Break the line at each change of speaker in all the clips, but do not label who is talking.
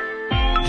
Do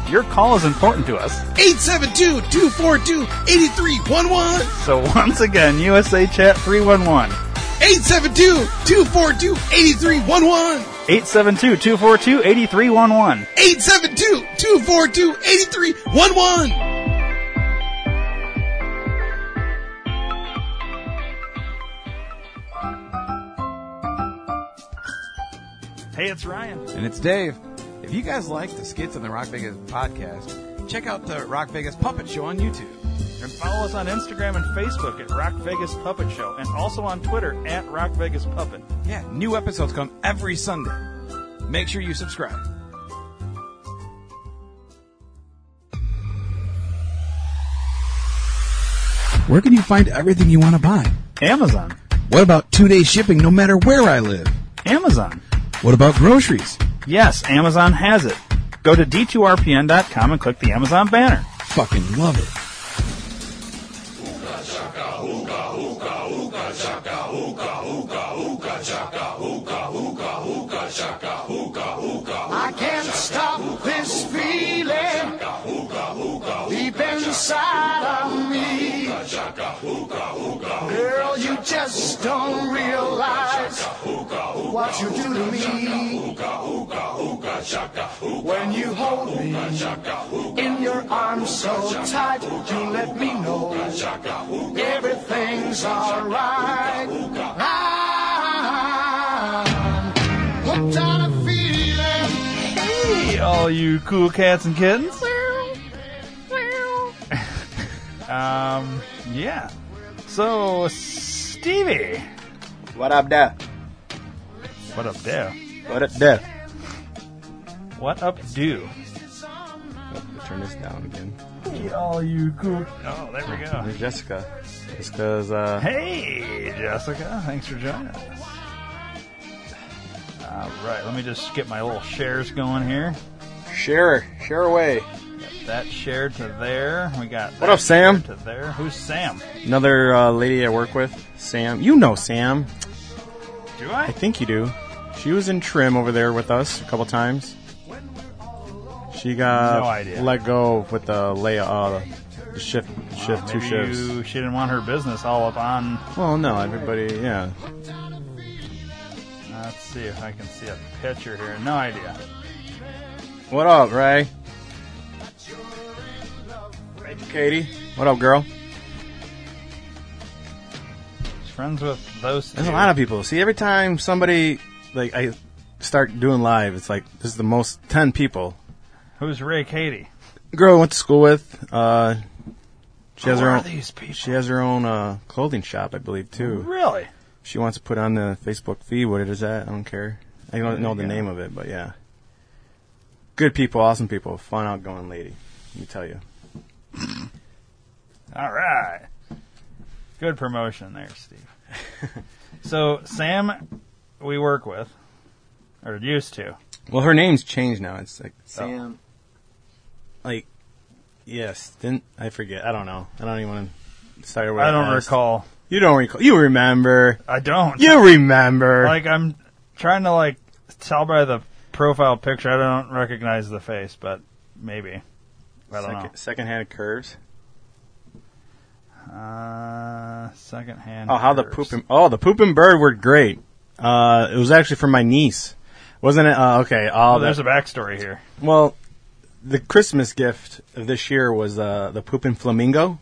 Your call is important to us.
872-242-8311.
So once again, USA Chat 311.
872-242-8311.
872 242 8311.
872-242-8311.
Hey, it's Ryan.
And it's Dave. If you guys like the skits on the Rock Vegas podcast, check out the Rock Vegas Puppet Show on YouTube.
And follow us on Instagram and Facebook at Rock Vegas Puppet Show and also on Twitter at Rock Vegas Puppet.
Yeah, new episodes come every Sunday. Make sure you subscribe. Where can you find everything you want to buy?
Amazon.
What about two day shipping no matter where I live?
Amazon.
What about groceries?
Yes, Amazon has it. Go to d2rpn.com and click the Amazon banner.
Fucking love it.
I can't stop this feeling deep inside of me. Girl, you just don't realize what you do to me. When you hold me in your arms so tight, you let me know everything's alright. I'm hooked on a feeling.
Hey, all you cool cats and kittens. Um, yeah. So, Stevie.
What up, there?
What up, there?
What up, there?
What up, do?
Turn this down again.
Hey, all you cool. Oh, there we go.
There's Jessica. It's because, uh,
Hey, Jessica. Thanks for joining us. All right, let me just get my little shares going here.
share, share away.
That share to there. We got.
What
that
up, Sam?
share To there. Who's Sam?
Another uh, lady I work with, Sam. You know Sam.
Do
I
I?
think you do. She was in trim over there with us a couple times. She got
No idea.
let go with the lay uh, the shift, shift two
Maybe
shifts.
you- she didn't want her business all up on.
Well, no, everybody, yeah.
Let's see if I can see a picture here. No idea.
What up, Ray? Katie, what up, girl?
She's friends with those.
There's
two.
a lot of people. See, every time somebody like I start doing live, it's like this is the most ten people.
Who's Ray Katie?
Girl I went to school with. Uh, she has
Who
her
Oh, are
own.
these people?
She has her own uh, clothing shop, I believe, too.
Really?
She wants to put on the Facebook feed what it is at. I don't care. I don't know the
Yeah.
name of it, but yeah. Good people, awesome people, fun, outgoing lady. Let me tell you.
All right. Good promotion there, Steve. so Sam, we work with, or used to.
Well, her name's changed now. It's like Sam. Like, yes. Didn't I forget? I don't know. I don't even want to start with.
I don't
that.
recall.
You don't recall. You remember.
I don't.
You remember.
Like I'm trying to like tell by the profile picture. I don't recognize the face, but maybe. I don't
Second, secondhand curves.
know. Uh, second hand.
Oh, how the poop and oh the poop and bird were great. Uh, it was actually from my niece, wasn't it? Uh, okay. all
Oh, there's
that-
a backstory here.
well, the Christmas gift of this year was uh, the poop and flamingo.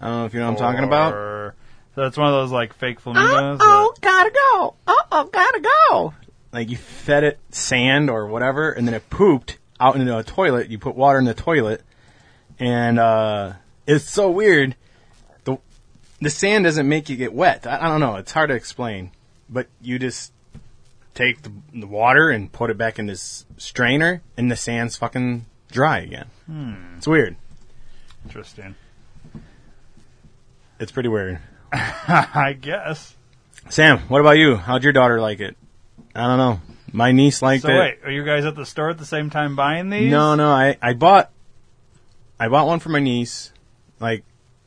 I don't know if you know what I'm talking about.
Or- So it's one of those like fake flamingos. that-
gotta go. Uh oh, gotta go. Like you fed it sand or whatever, and then it pooped out into a toilet. You put water in the toilet, and uh, it's so weird. the The sand doesn't make you get wet. I, I don't know. It's hard to explain, but you just take the, the water and put it back in this strainer, and the sand's fucking dry again. It's weird.
Interesting.
It's pretty weird.
I guess.
Sam, what about you? How'd your daughter like it? I don't know. My niece liked
So
it.
wait, are you guys at the store at the same time buying these?
No, no, I, I bought I bought one for my niece. Like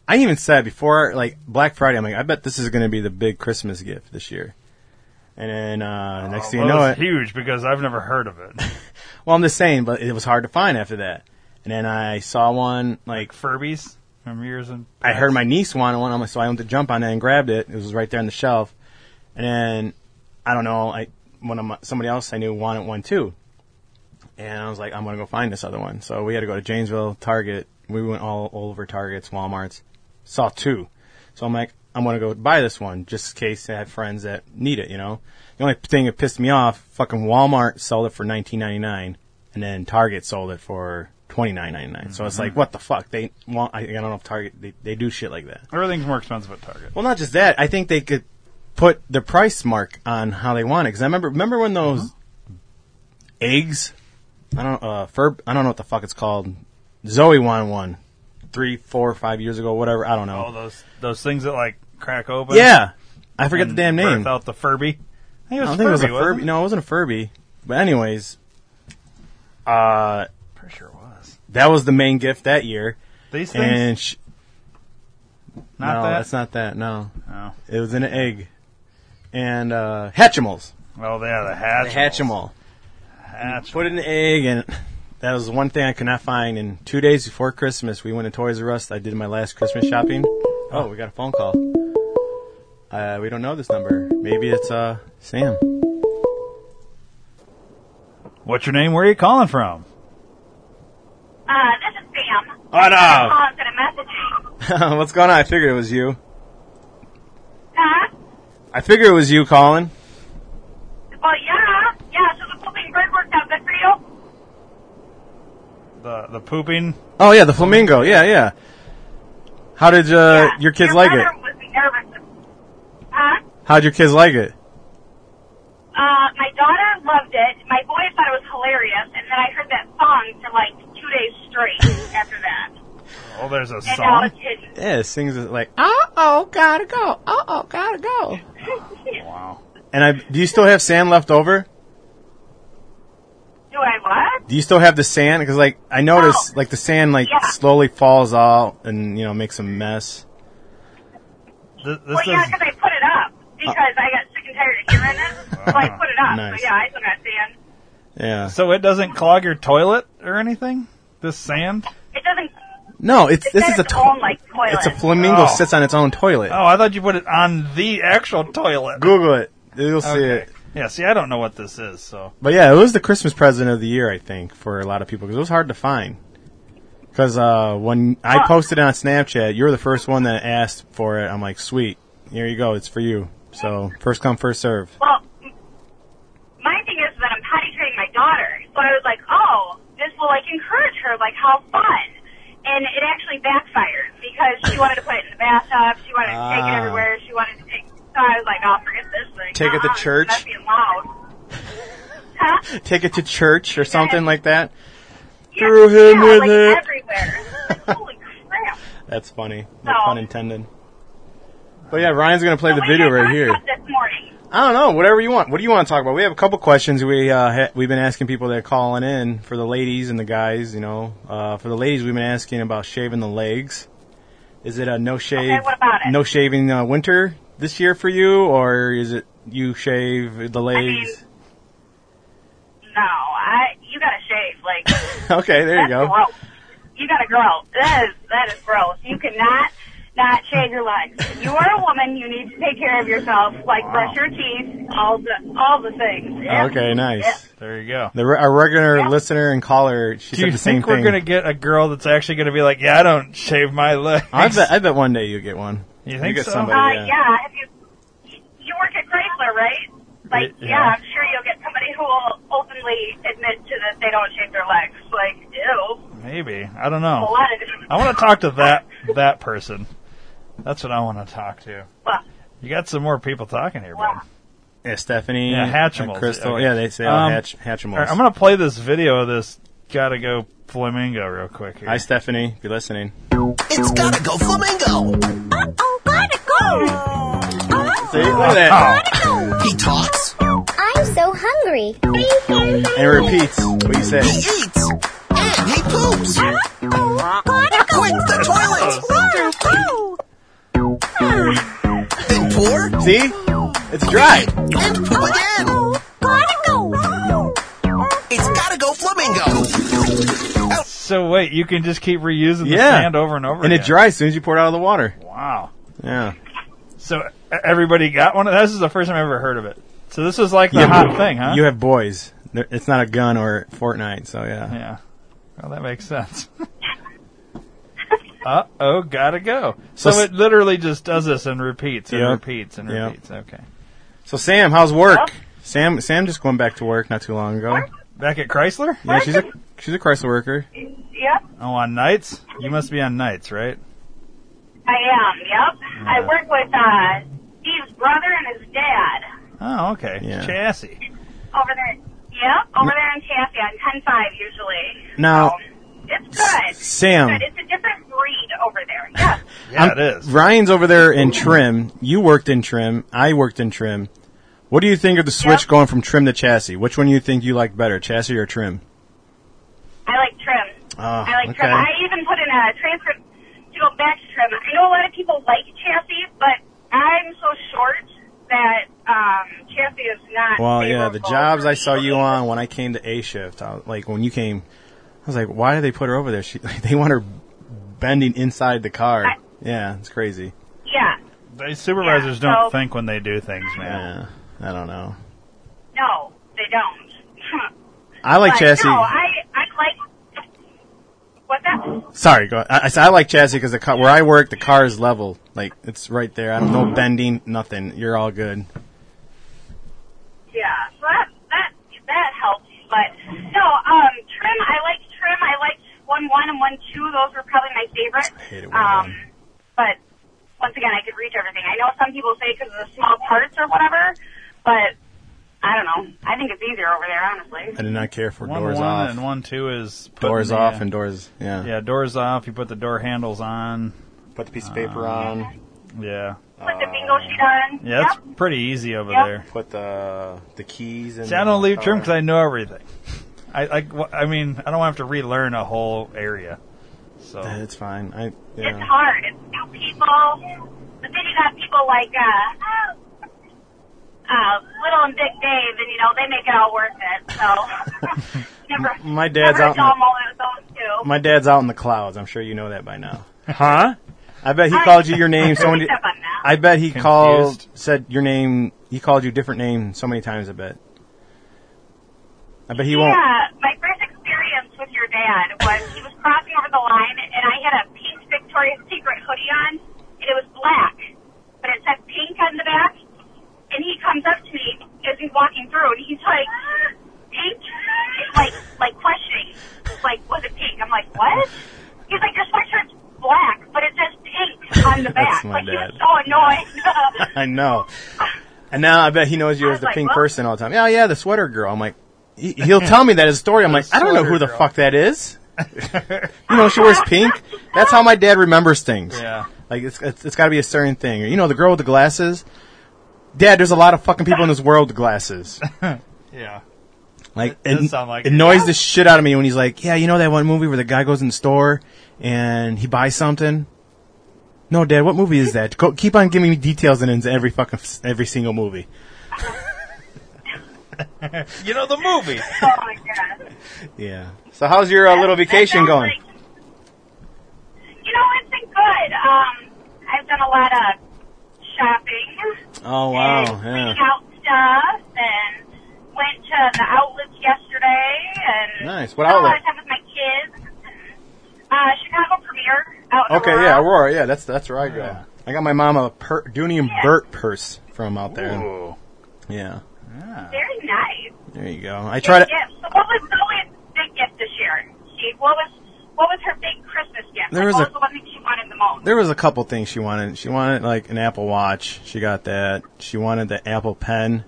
I even said before like Black Friday, I'm like, I bet this is gonna be the big Christmas gift this year. And then uh next thing you
Oh, Well,
know
it's
it
huge because I've never heard of it.
Well I'm just saying, but it was hard to find after that. And then I saw one like
Furbies from years and
I heard my niece wanted one, I'm like, so I went to jump on it and grabbed it. It was right there on the shelf. And then I don't know, I one of my, somebody else I knew wanted one too. And I was like, I'm gonna go find this other one. So we had to go to Janesville, Target. We went all, all over Targets, WalMarts. Saw two. So I'm like, I'm gonna go buy this one just in case I have friends that need it. You know, the only thing that pissed me off, fucking Walmart sold it for 19.99, and then Target sold it for 29.99. So it's like, what the fuck? They want? I, I don't know if Target they, they do shit like that.
everything's more expensive at Target.
Well, not just that. I think they could put the price mark on how they want it. Because I remember, remember when those
Uh-huh.
eggs, I don't, uh, fur, I don't know what the fuck it's called. Zoe wanted one three, four, five years ago, whatever. I don't
All
know.
those those things that like crack open.
yeah, I forget the
and
damn name.
birth out the Furby. I think it was
I don't
Furby.
think it was a
wasn't
Furby.
it?
No, it wasn't a Furby. But anyways, uh,
Pretty sure it was.
that was the main gift that year.
These things.
And sh-
not
no,
that.
that's not that. No,
Oh.
it was an egg. And uh, Hatchimals.
Oh, yeah, the hatch.
The Hatchimal.
Hatch.
put in an egg and that was the one thing I could not find. And two days before Christmas, we went to Toys R Us. I did my last Christmas shopping. Oh, we got a phone call. Uh, we don't know this number. Maybe it's uh, Sam.
What's your name? Where are you calling from?
Uh, this is Sam. Ah,
What up?
Calling for the messaging.
What's going on? I figured it was you.
Huh?
I figured it was you calling.
Well, yeah. Yeah, so the flipping bird worked out good for you.
The the pooping.
Oh yeah, the flamingo. Yeah, yeah. How did uh, your kids like it?
mother Was nervous. Huh?
How'd your kids like it?
Uh, my daughter loved it. My boys thought it was hilarious. And then I heard that song for like two days straight after that.
Oh, there's a
And now
song.
it's hidden.
Yeah, it sings it like, uh oh, gotta go, uh oh, gotta go.
Wow.
And I, do you still have sand left over?
Do I what?
Do you still have the sand? Because like I noticed,
No.
like the sand like
Yeah.
slowly falls out and you know makes a mess.
Th- This
Well, yeah,
is
because I put it up. Because I got sick and tired of hearing it. so I put it up.
Ah, Nice.
So yeah, I still got sand.
Yeah.
so it doesn't clog your toilet or anything. This sand.
It doesn't.
No, it's
It's
this
got
is a
its own,
to-
like, toilet.
It's a flamingo
Oh.
sits on its own toilet.
Oh, I thought you put it on the actual toilet.
Google it. You'll see
Okay.
it.
Yeah. See, I don't know what this is. So
But yeah, it was the Christmas present of the year, I think, for a lot of people because it was hard to find. Because uh, when I
Huh.
posted it on Snapchat, you were the first one that asked for it. I'm like, sweet, here you go, it's for you. So first come, first serve.
Well, m- my thing is that I'm potty training my daughter, so I was like, oh, this will like encourage her, like how fun. And it actually backfired because she wanted to put it in the bathtub. She wanted to take it
Ah.
everywhere. She wanted to take. So I was like, oh, forget this thing.
Take it to
Uh-uh,
church?
That's being loud. huh?
Take it to church or something like that.
Yeah,
Threw him
yeah,
with
like
it.
everywhere. Like, Holy crap!
That's funny.
No.
No pun intended. But yeah, Ryan's gonna play the
What did
video
I
right
talk
here.
about This morning.
I don't know. Whatever you want. What do you want to talk about? We have a couple questions. We uh, ha- we've been asking people that are calling in for the ladies and the guys. You know, uh, for the ladies, we've been asking about shaving the legs. Is it a no shave?
what about it?
No shaving uh, winter this year for you, or is it you shave the
mean-
legs?
No, I. You gotta shave. Like
okay, there you
That's
go.
Gross. You gotta grow. That is that is gross. You cannot not shave your legs. You are a woman. You need to take care of yourself, like brush your teeth, all the all the things. Yeah.
Okay, nice.
Yeah.
there you go.
The, our regular listener and caller, she
Do
said
you
the same
think we're
thing.
gonna get a girl that's actually gonna be like, yeah, I don't shave my legs?
I bet. I bet one day you get one.
You think
get
so?
somebody?
Uh,
Oh, yeah.
yeah. If you you work at Chrysler, right? Like,
Yeah.
yeah. I'm sure you'll get somebody who will openly admit to that they don't shave their legs. Like, ew.
Maybe. I don't
A
know.
lot of different.
I want to talk to that that person. That's what I want to talk to.
Well,
You got some more people talking here,
well,
bud.
Yeah, Stephanie.
Yeah, Hatchimals.
Crystal.
Okay.
Yeah, they say
Um,
hatch, Hatchimals.
All right, I'm gonna play this video of this gotta go flamingo real quick here.
Hi, Stephanie. If you're listening,
It's gotta go flamingo.
Oh, gotta go!
see, look at that.
He talks.
I'm so hungry.
Oh. and it repeats what you
He
say.
eats. And he poops.
Uh,
Quick, the toilet. Then pour.
See, it's dry.
And poop again. It's gotta go flamingo.
So wait, you can just keep reusing the
Yeah.
sand over and over
And
again.
it dries as soon as you pour it out of the water.
Wow.
Yeah.
So e- everybody got one of This is the first time I've ever heard of it. So this was like the
Yeah,
hot
but
thing, huh?
You have boys. They're- It's not a gun or Fortnite, so yeah.
yeah. Well, that makes sense. uh oh, gotta go. So,
So s-
it literally just does this and repeats and
Yep.
repeats and
Yep.
repeats. Okay.
So Sam, how's work? Sam, Sam just went back to work not too long ago.
Back at Chrysler?
Yeah, she's a she's a Chrysler worker.
Yep,
Oh, on nights? You must be on nights, right?
I am. Yep, I work with uh, Steve's brother and his dad
Oh, okay.
Yeah.
Chassis.
over there. Yep, over there in Chaffee on ten five usually.
Now-
So, it's good.
Sam.
It's good. It's a different breed over there. Yes.
Yeah,
I'm-
it is.
Ryan's over there in trim. You worked in trim. I worked in trim. What do you think of the switch
Yep.
going from trim to chassis? Which one do you think you like better, chassis or trim?
I like trim.
Ah,
I like trim.
okay.
I even put in a transcript to go back to trim. I know a lot of people like chassis, but I'm so short that um, chassis is not.
Well, yeah, the
favorable
jobs
for
I saw
me.
you on when I came to A shift, I, like when you came, I was like, why did they put her over there? She, they want her bending inside the car.
I-
yeah, it's crazy.
Yeah.
They supervisors
Yeah,
don't
so-
think when they do things, man.
Yeah, I don't know.
No, they don't.
I like
But
chassis.
No, I I like. What's that?
Sorry, go. I, I said I like chassis because the car, where I work, the car is level. Like it's right there. I don't no bending, nothing. You're all good.
Yeah, so that that that helps. But no, um, trim. I liked trim. I liked one one and one two. Those were probably my favorite.
I hated one
um,
one.
but once again, I could reach everything. I know some people say because of the small parts or whatever, but I don't know. I think it's easier over there,
I
honestly.
did not care for
One
doors
one
off,
and one two is putting
doors
the,
off,
uh,
and doors. Yeah.
yeah, doors off. You put the door handles on.
Put the piece of paper
Uh,
on.
Yeah,
Put the bingo
Uh,
sheet on.
yeah, it's
Yep.
pretty easy over
Yep.
there.
Put the the keys. And
See, I don't leave trim because I know everything. I like. wh- I mean, I don't have to relearn a whole area. So
It's fine. I
It's
yeah.
hard. It's new people. But then you got people like uh, uh, Little and Big Dave, and you know they make it all worth it. So never.
My dad's
never
out
a
in
dull
the-
moment with those two.
My dad's out in the clouds. I'm sure you know that by now.
huh?
I bet he
I-
called you your name so many.
Step on that.
I bet he
Confused.
called said your name. He called you different name so many times. I bet. I bet he won't.
Yeah, my first experience with your dad was he was crossing over the line, and I had a pink Victoria's Secret hoodie on, and it was black, but it said pink on the back. And he comes up to me as he's walking through, and he's like, "Pink?" He's like, like questioning, like, "Was it pink?" I'm like, "What?" He's like, "Your sweatshirt's black, but it says pink on the
That's
back."
my
like he was
dad.
so annoyed.
I know. And now I bet he knows you as
I was
the
like,
pink
"What?"
person all the time. Yeah, yeah, the sweater girl. I'm like, he, he'll tell me that his story. I'm like, I don't know
sweater
who the
girl.
fuck that is. you know, she wears pink. That's how my dad remembers things.
Yeah.
Like it's it's, it's got to be a certain thing. You know, the girl with the glasses. Dad, there's a lot of fucking people in this world with glasses.
Yeah.
Like
That does
it,
sound like-
annoys the shit out of me when he's like, "Yeah, you know that one movie where the guy goes in the store and he buys something." No, Dad, what movie is that? Go, keep on giving me details and it's every fucking every single movie.
You know the movie.
oh my god.
Yeah. So how's your uh, little vacation
That sounds
going?
like- you know, it's been good. Um, I've done a lot of shopping.
Oh
and cleaning out stuff and went to the outlets yesterday and
Nice. What
spent A lot
outlet?
of time with my kids. Uh, Chicago Premiere out. in
Okay,
Aurora.
yeah, Aurora. Yeah, that's that's where I go. I got my mom a per- Dooney and Burt purse from out there.
Ooh.
Yeah.
Yeah.
Very nice.
There you go. I try to.
Big gift. So what was Zoe's big gift this year, Steve? What was what was her big Christmas gift?
There
Like,
was
what
a-
was the one thing she wanted the most?
There was a couple things she wanted. She wanted like an Apple Watch. She got that. She wanted the Apple Pen.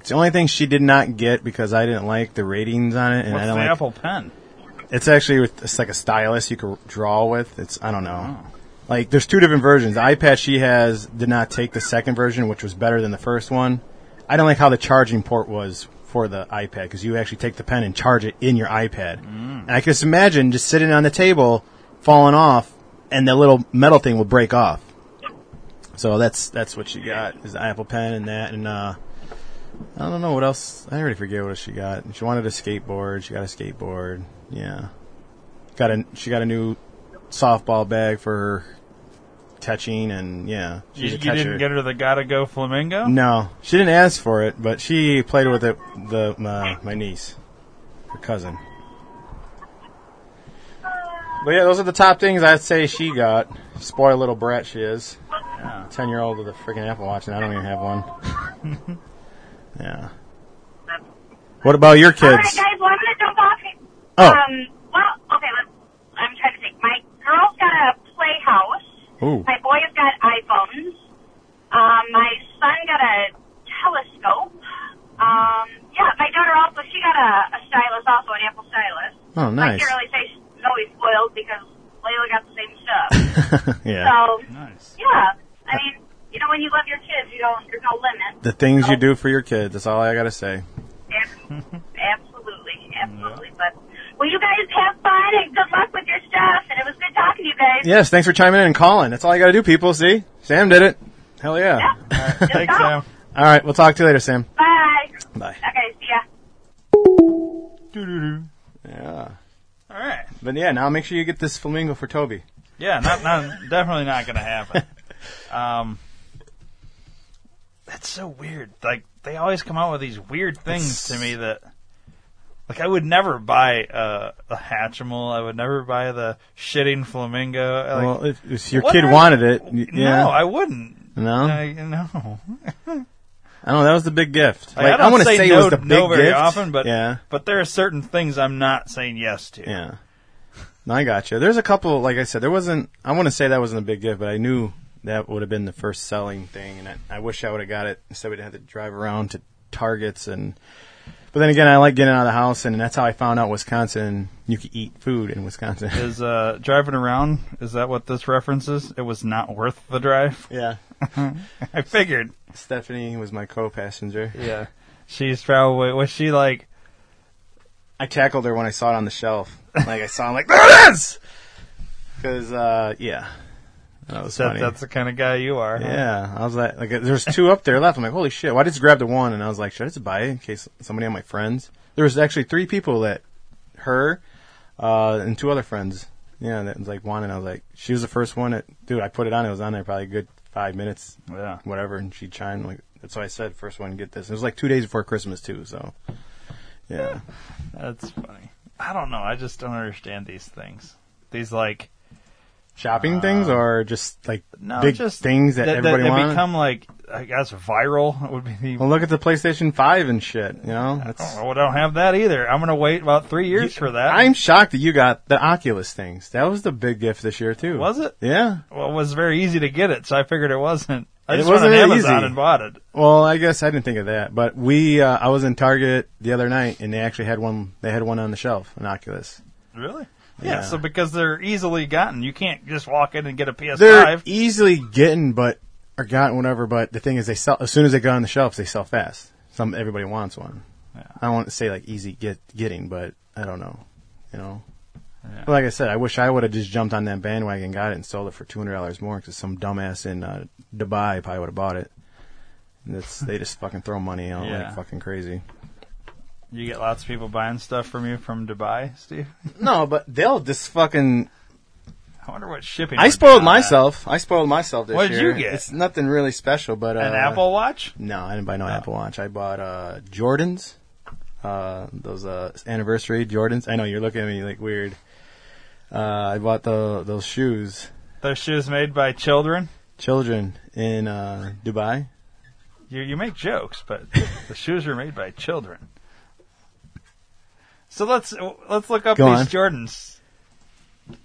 It's the only thing she did not get because I didn't like the ratings on it, and
What's
I
the
don't like.
Apple Pen?
It's actually with it's like a stylus you can draw with. It's I don't know.
Oh.
Like there's two different versions. The iPad she has did not take the second version, which was better than the first one. I don't like how the charging port was for the iPad because you actually take the pen and charge it in your iPad.
Mm.
And I can just imagine just sitting on the table, falling off, and the little metal thing will break off. So that's that's what she got is the Apple Pen and that and uh I don't know what else. I already forget what she got. She wanted a skateboard. She got a skateboard. Yeah, got a she got a new softball bag for her catching and yeah,
You,
she's a
you
catcher.
didn't get her the gotta go flamingo.
no, she didn't ask for it, but she played with it. The my, my niece, her cousin. But yeah, those are the top things I'd say she got. Spoiled little brat she is. Ten year old with a freaking Apple Watch, and I don't even have one. yeah. What about your
All right,
kids?
guys. Well, I'm gonna jump off.
Oh.
Um. Well, okay. Let's, I'm trying to think. My girl's got a playhouse.
Ooh.
My boy's got iPhones. Um. My son got a telescope. Um. Yeah. My daughter also. She got a, a stylus, also an Apple stylus.
Oh,
I
nice.
can't really say she's always spoiled because Layla got the same stuff.
yeah.
so.
Nice.
Yeah. I mean, you know, when you love your kids, you don't. There's no limit.
The things you do for your kids. That's all I gotta say.
Ab- absolutely, absolutely. But well, you guys have fun and good luck with your stuff. And it was good talking to you guys.
Yes, thanks for chiming in and calling. That's all you gotta do, people. See, Sam did it. Hell yeah.
Thanks, Sam.
All right, we'll talk to you later, Sam.
Bye.
Bye.
Okay, see ya.
Doo-doo-doo.
Yeah.
All right.
But yeah, now make sure you get this flamingo for Toby.
Yeah, not, not definitely not going to happen. Um, that's so weird. Like they always come out with these weird things to me that, like, I would never buy uh, a Hatchimal. I would never buy the shitting flamingo. Like,
well, if, if your
what
kid
are-
wanted it, y- yeah.
No, I wouldn't.
No?
I, no.
I don't know. That was the big gift.
Like, I don't
wanna
say,
say
no,
it was the big
no very
gift.
often, but
yeah,
but there are certain things I'm not saying yes to.
yeah. No, I got you. There's a couple. Like I said, there wasn't. I want to say that wasn't a big gift, but I knew that would have been the first selling thing, and I, I wish I would have got it instead. We'd have to drive around to Targets and. But then again, I like getting out of the house, and that's how I found out Wisconsin. You could eat food in Wisconsin.
Is uh, driving around? Is that what this references? It was not worth the drive.
yeah.
I figured.
Stephanie was my co-passenger.
Yeah. She's probably was she like
I tackled her when I saw it on the shelf. Like I saw, I'm like, there it is. Because uh, yeah, that was
that,
funny.
that's the kind of guy you are. huh?
yeah, I was like, like there's two up there left. I'm like, holy shit! Why did just grab the one? And I was like, should I just buy it in case somebody of my friends? There was actually three people that, her, uh, and two other friends. Yeah, that was like one, and I was like, she was the first one that, dude. I put it on. It was on there probably a good five minutes,
Yeah.
whatever, and she chimed like. That's why I said first one get this. It was like two days before Christmas too, so yeah.
That's funny. I don't know. I just don't understand these things. These like
shopping things or just like
Uh, no,
big
just
things that, everybody
they
wants.
become like I guess viral would be the.
well, look at the PlayStation Five and shit. You know,
I
that's,
don't, know, I don't have that either. I'm gonna wait about three years for that.
I'm shocked that you got the Oculus things. That was the big gift this year too.
Was it?
Yeah.
well, it was very easy to get it, so I figured it wasn't. I
It
just went on
wasn't that
Amazon
easy.
and bought it.
Well, I guess I didn't think of that, but we uh, I was in Target the other night and they actually had one. They had one on the shelf, an Oculus.
Really? Yeah.
Yeah.
So because they're easily gotten, you can't just walk in and get a PS5.
They're e- easily getting, but or gotten whatever. But the thing is, they sell as soon as they go on the shelves. They sell fast. Some everybody wants one. I don't want to say like easy get getting, but I don't know. You know,
Yeah.
But like I said, I wish I would have just jumped on that bandwagon, and got it, and sold it for two hundred dollars more because some dumbass in uh, Dubai probably would have bought it. And that's they just fucking throw money out
Yeah.
like fucking crazy.
you get lots of people buying stuff from you from Dubai, Steve.
No, but they'll just fucking
I wonder what shipping.
I
would be
spoiled
on that.
myself. I spoiled myself this
What did
year.
you get?
It's nothing really special, but uh,
An Apple Watch?
No, I didn't buy no Apple Watch. I bought uh, Jordans, uh, those uh, anniversary Jordans. I know you're looking at me like weird. Uh, I bought the those shoes,
Those shoes made by children.
children in uh, Dubai.
You you make jokes, but the shoes are made by children. So let's let's look up
Go
these
on.
Jordans.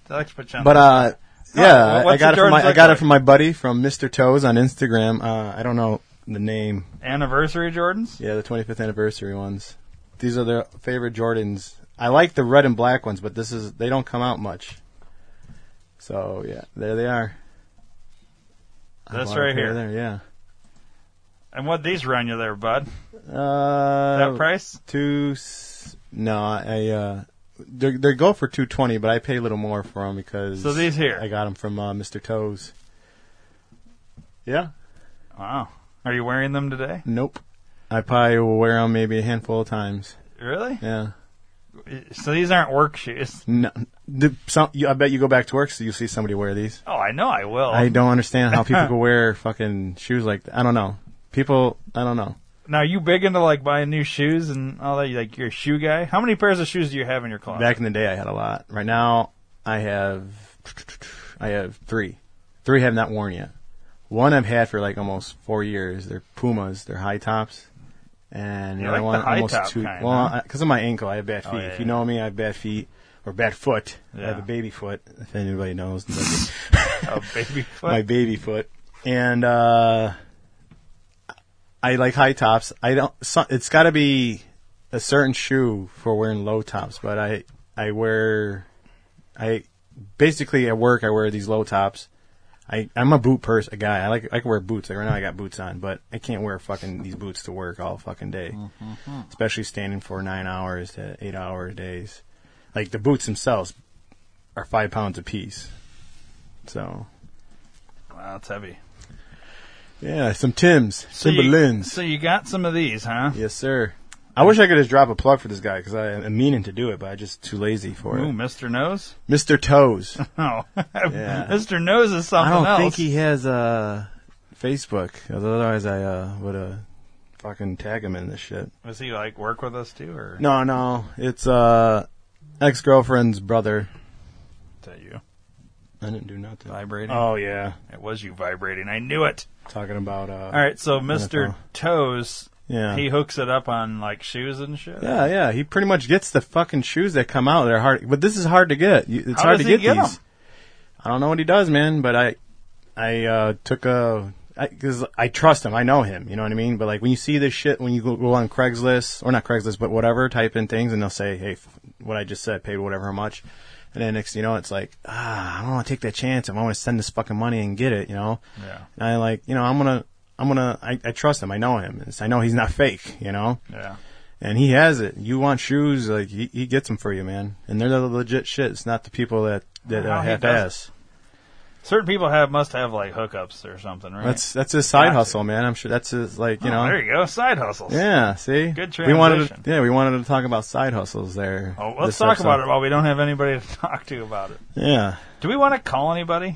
I like to put you on
But
the-
uh, yeah, I- I
Oh, what's
got it
the
from my
Jordans
I
look
got it
like?
from my buddy from Mr. Toes on Instagram. Uh, I don't know the name.
anniversary Jordans.
Yeah, the 25th anniversary ones. These are their favorite Jordans I like the red and black ones, but this is they don't come out much. So yeah, there they are. I
This
bought a
right
pair
here.
There, yeah.
And what these run you there, bud?
Uh,
That price?
Two. s- No, I. Uh, they they go for two twenty, but I pay a little more for them because.
So these here?
I got them from uh, Mister Toes. Yeah.
Wow. Are you wearing them today?
Nope. I probably will wear them maybe a handful of times.
Really?
Yeah.
So these aren't work shoes.
No. The, some, you, I bet you go back to work, so you see somebody wear these.
Oh, I know I will.
I don't understand how people can wear fucking shoes like that. I don't know. People, I don't know.
Now, are you big into like buying new shoes and all that? You, Like you're a shoe guy. How many pairs of shoes do you have in your closet?
Back in the day, I had a lot. Right now, I have, I have three. Three I have not worn yet. One I've had for like almost four years. They're Pumas. They're high tops. And the
You
other
like the
one
high
almost
top
two.
kind, huh?
well, because of my ankle, I have bad feet.
yeah,
if you
yeah.
know me, I have bad feet or bad foot. I have
Yeah.
a baby foot. If anybody knows,
Oh, baby foot.
my baby foot, and uh, I like high tops. I don't. So, it's got to be a certain shoe for wearing low tops, but I I wear I basically at work I wear these low tops. I I'm a boot purse a guy. I like I can wear boots. Like right now I got boots on, but I can't wear fucking these boots to work all fucking day, especially standing for nine hours to eight hour days. Like the boots themselves are five pounds a piece. So
Wow, that's heavy.
yeah, some Tim's,
So you-
Timberlands.
So you got some of these, huh?
yes, sir. I wish I could just drop a plug for this guy because I am meaning to do it, but I'm just too lazy for
Ooh,
it.
Mr. Nose.
Mr. Toes.
Oh,
Yeah.
Mr. Nose is
I
something
don't
else.
think he has uh, Facebook. 'cause Otherwise, I uh, would uh, fucking tag him in this shit.
Does he like work with us too, or
No, no, it's uh, ex girlfriend's brother.
is that you
I didn't do nothing.
vibrating?
Oh yeah,
It was you vibrating. I knew it.
talking about.
All
Uh,
right, so Mr.
NFL.
Toes,
Yeah.
he hooks it up on like shoes and shit.
Yeah, yeah. He pretty much gets the fucking shoes that come out. They're hard, but this is hard to get. You- It's
How
hard
does
to
he
get,
get
these.
'em?
I don't know what he does, man. But I, I uh, took a because I, trust him. I know him. You know what I mean. But like when you see this shit, when you go, go on Craigslist or not Craigslist, but whatever, type in things, and they'll say, "Hey, f- what I just said, paid whatever much." And then next, thing you know, it's like, ah, I don't want to take that chance. I want to send this fucking money and get it. You know.
Yeah.
And I like, you know, I'm gonna, I'm gonna, I, I trust him. I know him. It's- I know he's not fake. You know
Yeah.
and he has it. You want shoes, like he, he gets them for you, man. And they're the legit shit. It's not the people that that
Wow,
uh,
he
half
does-
ass.
Certain people have must have like hookups or something, right?
That's that's his side
Gotcha.
hustle, man. I'm sure that's his like you
Oh,
know.
there you go, side hustles.
Yeah, see,
Good
We wanted to,
transition.
yeah, we wanted to talk about side hustles there.
Oh, let's
this
talk about it
episode.
while we don't have anybody to talk to about it.
Yeah.
Do we want to call anybody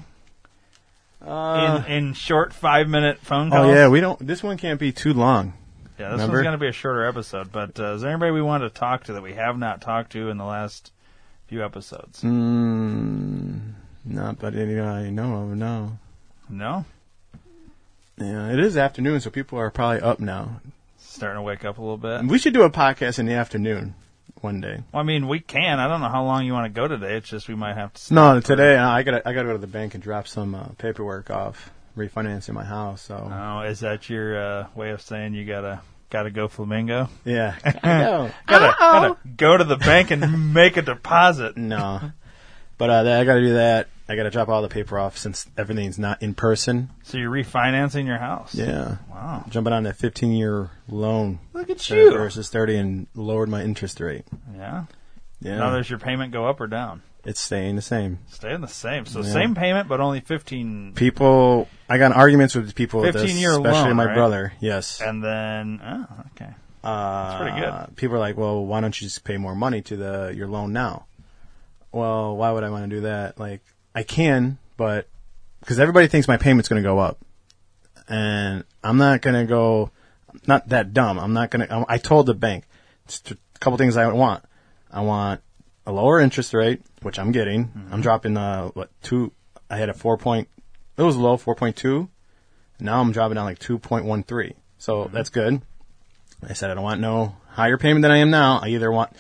Uh,
in in short five minute phone calls?
oh yeah, we don't. This one can't be too long.
Yeah, this
Remember?
one's going to be a shorter episode, but uh, is there anybody we want to talk to that we have not talked to in the last few episodes?
Mm, not but any I know of. No.
No?
Yeah, it is afternoon, so people are probably up now.
Starting to wake up a little bit.
We should do a podcast in the afternoon one day.
Well, I mean, we can. I don't know how long you want to go today. It's just we might have to.
No, today uh, I gotta I gotta go to the bank and drop some uh, paperwork off, refinancing my house. So
Oh, is that your uh, way of saying you gotta gotta go flamingo?
yeah, I know.
Gotta, gotta go to the bank and make a deposit.
no, but uh, I gotta do that. I gotta drop all the paper off since everything's not in person.
So you're refinancing your house.
Yeah,
Wow.
jumping on that 15 year loan
Look at
instead of
you.
versus 30 and lowered my interest rate.
Yeah. Now
Yeah,
does your payment go up or down?
it's staying the same.
Staying the same. So
Yeah.
same payment, but only fifteen.
People, I got in arguments with people, with this,
15-year
especially
loan,
my
right?
brother. Yes,
And then oh, okay.
Uh,
pretty good.
People are like, "Well, why don't you just pay more money to the your loan now?" Well, why would I want to do that? Like, I can, but because everybody thinks my payment's going to go up, and I'm not going to go. I'm Not that dumb. I'm not going to. I told the bank it's t- a couple things I want. I want a lower interest rate, which I'm getting. I'm dropping uh what two? I had a four point. It was low, four point two. Now I'm dropping down like two point one three. So that's good. I said I don't want no higher payment than I am now. I either want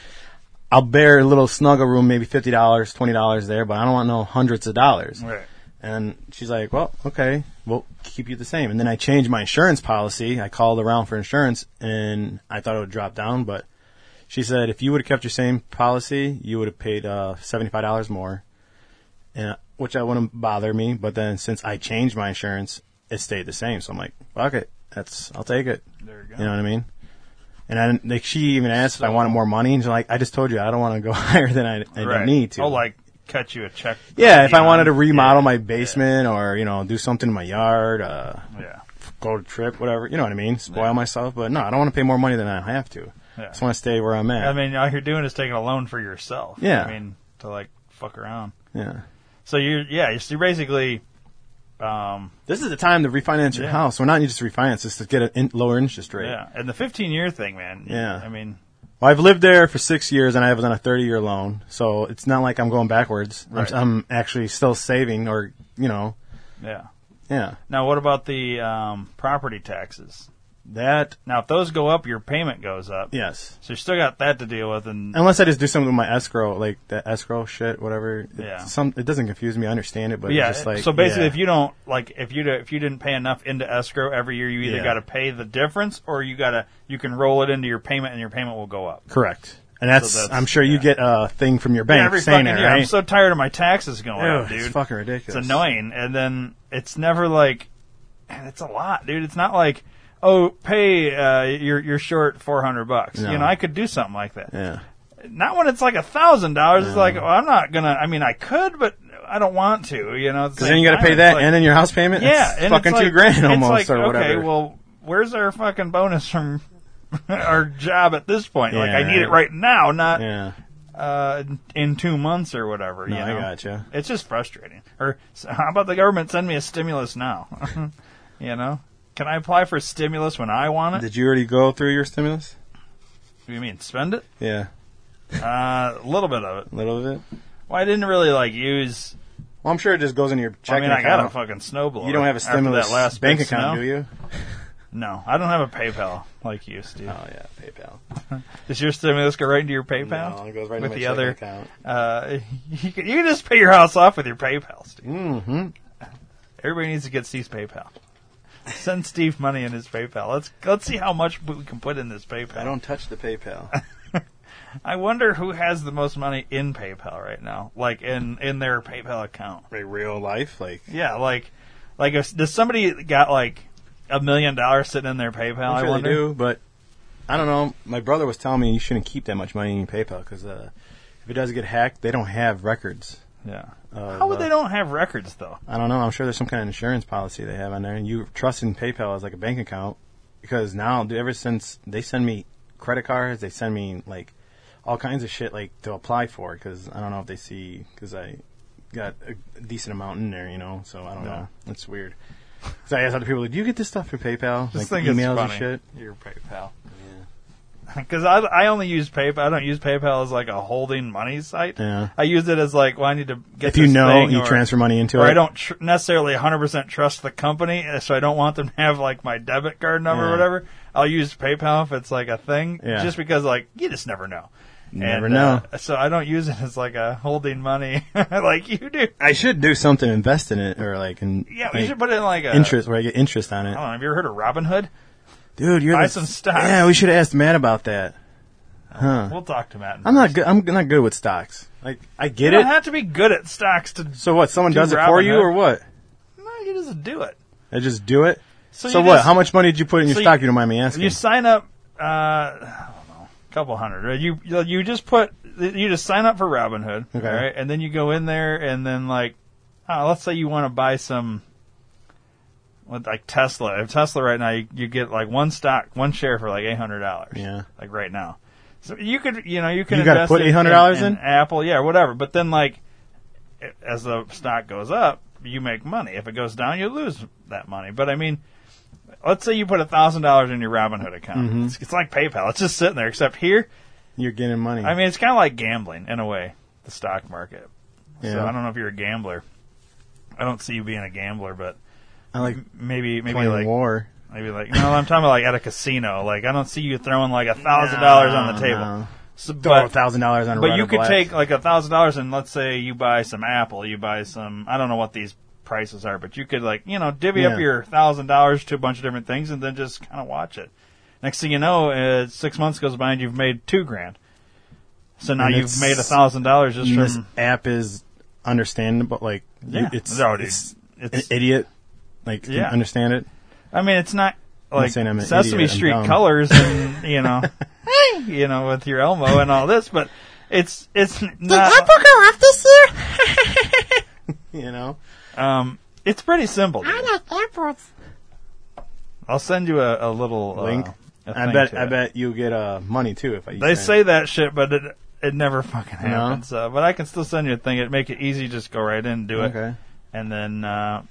I'll bear a little snuggle room, maybe fifty dollars, twenty dollars there, but I don't want no hundreds of dollars.
Right.
And she's like, Well, okay, we'll keep you the same. And then I changed my insurance policy. I called around for insurance and I thought it would drop down, but She said, if you would have kept your same policy, you would have paid uh, $75 more, and, which I wouldn't bother me. But then since I changed my insurance, it stayed the same. So I'm like, fuck it. That's, I'll take it.
There you go.
You know what I mean? And I, didn't- like, she even asked if I wanted more money. And she's like, I just told you I don't want to go higher than I, I
right.
need to.
Oh, like cut you a check.
yeah, if I wanted to
Yeah.
remodel my basement or, you know, do something in my yard, uh,
Yeah.
go to trip, whatever. You know what I mean? Spoil myself, but no, I don't want to pay more money than I have to. I
Yeah.
just want to stay where I'm at.
I mean, all you're doing is taking a loan for yourself.
Yeah.
I mean, to like fuck around.
yeah.
So you're yeah, you're- so you're basically um
This is the time to refinance your
Yeah.
house. Well, not just refinance, it's to get a in- lower interest rate.
yeah, and the 15 year thing, man.
Yeah.
I mean,
Well, I've lived there for six years and I was on a 30 year loan, so it's not like I'm going backwards.
Right.
I'm, I'm actually still saving or, you know,
yeah.
yeah.
Now, what about the um, property taxes?
That,
Now, if those go up, your payment goes up.
yes.
So you still got that to deal with, and
Unless I just do something with my escrow, like that escrow shit, whatever. It's
Yeah.
Some, it doesn't confuse me. I understand it, but
yeah.
it's just like.
so basically,
yeah.
if you don't like, if you if you didn't pay enough into escrow every year, you either
Yeah.
got to pay the difference, or you got to you can roll it into your payment, and your payment will go up.
Correct. And that's,
that's-
I'm sure you
yeah.
get a thing from your bank
every
saying
fucking
it,
year.
right?
I'm so tired of my taxes going
Ew,
up, dude.
It's fucking
It's
ridiculous.
annoying, and then it's never like, man, it's a lot, dude. It's not like, oh, pay uh, you're you're short four hundred bucks.
No.
You know, I could do something like that.
Yeah.
Not when it's like a thousand dollars. It's like, well, I'm not gonna. I mean, I could, but I don't want to. You know,
Because then you got to pay that and then your house payment.
yeah,
It's
and
fucking
it's like,
two grand almost
it's like,
or whatever.
Okay, well, where's our fucking bonus from our job at this point? like,
Yeah,
I need it
right.
right now, not
yeah,
uh, in two months or whatever.
no,
you
I
know?
gotcha.
It's just frustrating. Or so how about the government send me a stimulus now? you know, can I apply for stimulus when I want it?
Did you already go through your stimulus?
you mean spend it?
Yeah,
Uh, a little bit of it.
a little bit.
Well, I didn't really like use.
Well, I'm sure it just goes into your
I
checking
mean, I got a
account.
fucking snowblower.
you don't have a
after
stimulus
that last
bank
big
account,
snow.
do you?
No, I don't have a PayPal like you, Steve.
Oh yeah, PayPal.
Does your stimulus go right into your PayPal?
No, it goes right
with
into my
the other.
checking account.
Uh, you can, you can just pay your house off with your PayPal, Steve.
Mm-hmm.
Everybody needs to get Steve's PayPal. Send Steve money in his PayPal. Let's let's see how much we can put in this PayPal.
I don't touch the PayPal.
I wonder who has the most money in PayPal right now, like in in their PayPal account.
like real life, like
Yeah, like like if does somebody got like a million dollars sitting in their PayPal?
I'm
I
sure
wonder.
they do, but I don't know. My brother was telling me you shouldn't keep that much money in your PayPal because uh, if it does get hacked, they don't have records.
Yeah.
of,
How would
uh,
they don't have records though?
I don't know. I'm sure there's some kind of insurance policy they have on there, and you trust in PayPal as like a bank account because now, dude, ever since they send me credit cards, they send me like all kinds of shit like to apply for because I don't know if they see because I got a decent amount in there, you know. So I don't know. It's weird. So I asked other people, "Do you get this stuff through PayPal?
Just
like
think
emails
it's funny.
and shit."
Your PayPal. Because I, I only use PayPal. I don't use PayPal as like a holding money site.
Yeah.
I use it as like, well, I need to get.
If you
this
know,
thing
you
or-
transfer money into
or
it.
I don't tr- necessarily 100% trust the company, uh, so I don't want them to have like my debit card number
Yeah.
or whatever. I'll use PayPal if it's like a thing,
Yeah.
just because like you just never know.
Never
And,
know.
uh, so I don't use it as like a holding money like you do.
I should do something, invest in it, or like in
Yeah, we
like,
should put it in like a
interest where I get interest on it.
I don't know. Have you ever heard of Robinhood?
Dude, you're
Buy
the-
some stocks.
Yeah, we should have asked Matt about that. Huh.
We'll talk to Matt.
I'm not good. I'm not good with stocks. Like I
You
get
don't
it.
have to be good at stocks to.
So what? Someone
Do
does it for
Robin
you,
Hood.
or what?
No, you just do it.
I just do it. So,
you
what?
just-
How much money did you put in your
so you-
stock? You, don't mind me asking.
You sign up. Uh, I don't know, a couple hundred. Right? You you you just put you just sign up for Robinhood,
Okay.
all right? And then you go in there, and then like, uh, let's say you want to buy some, what like Tesla. If Tesla right now, you, you get like one stock, one share for like eight hundred dollars.
Yeah.
like right now. So you could you know you can
You gotta
invest
put
in-
$800 in?
Apple, yeah, whatever. But then like, i- as the stock goes up, you make money. If it goes down, you lose that money. But I mean let's say you put thousand dollars in your Robinhood account.
Mm-hmm.
It's, it's like PayPal. It's just sitting there. Except here,
You're getting money.
I mean, it's kind of like gambling in a way, the stock market.
yeah.
So I don't know if you're a gambler. I don't see you being a gambler, but
I like
maybe maybe
playing
like
war.
maybe like no, I'm talking about like at a casino. Like I don't see you throwing like a thousand dollars on the
No,
table.
no.
So,
Throw a
but
thousand dollars on. a
but
red
you
or
could
black.
take like a thousand dollars and let's say you buy some Apple, you buy some I don't know what these prices are, but you could like you know divvy
Yeah.
up your thousand dollars to a bunch of different things and then just kind of watch it. Next thing you know, uh, six months goes by and you've made two grand. So now
And
you've
it's-
made a thousand dollars just
this
from
app is understandable. Like, you-
Mm-hmm. Yeah.
it's,
No, dude.
it's an
It's-
idiot. Like, can
Yeah.
understand it.
I mean, it's not like
saying I'm an
Sesame
idiot, I'm
Street
dumb.
colors and you know, you know, with your Elmo and all this, but it's it's not.
go up this year? you know,
Um, it's pretty simple. dude.
like airports.
I'll send you a, a little uh,
Link.
a
I
thing
bet.
to
I
it.
bet you get uh, money too if I. Use
they
that.
say that shit, but it it never fucking happens. Uh, but I can still send you a thing. It make it easy. Just go right in, and do it,
Okay.
and then uh,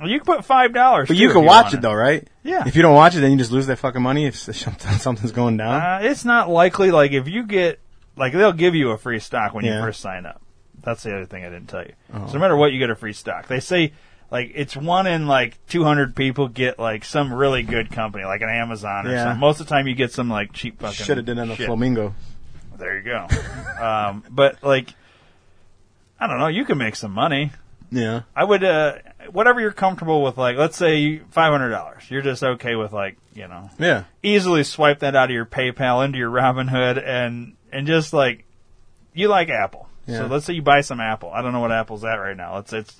well, you can put five dollars.
But you can watch it though, right?
Yeah.
If you don't watch it, then you just lose that fucking money if s- something's going down.
Uh, it's not likely. Like if you get, like they'll give you a free stock when you
Yeah. Oh.
first sign up. That's the other thing I didn't tell you. So no matter what, you get a free stock. They say like it's one in like 200 people get like some really good company, like an Amazon or
Yeah.
something. Most of the time, you get some like cheap fucking.
Should have done it on the
shit.
flamingo.
There you go. um, but like, I don't know. You can make some money.
Yeah.
I would uh, whatever you're comfortable with. Like, let's say five hundred dollars. You're just okay with like you know
Yeah.
easily swipe that out of your PayPal into your Robinhood and and just like you like Apple.
Yeah.
So let's say you buy some Apple. I don't know what Apple's at right now. Let's say it's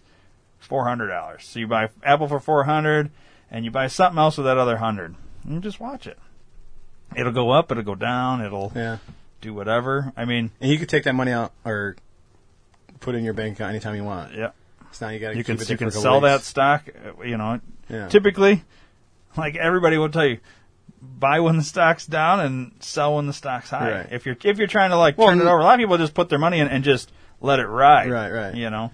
four hundred dollars. So you buy Apple for four hundred and you buy something else with that other hundred. And just watch it. It'll go up, it'll go down, it'll
Yeah.
do whatever. I mean
And you could take that money out or put it in your bank account anytime you want.
yeah.
It's not you got to
You
keep
can
it there
you can
for a couple
sell that
weeks.
stock, uh, you know.
Yeah.
Typically like everybody will tell you buy when the stock's down and sell when the stock's high.
Right.
If you're if you're trying to like
Well,
turn it
n-
over, a lot of people just put their money in and just let it ride.
Right, right.
You know.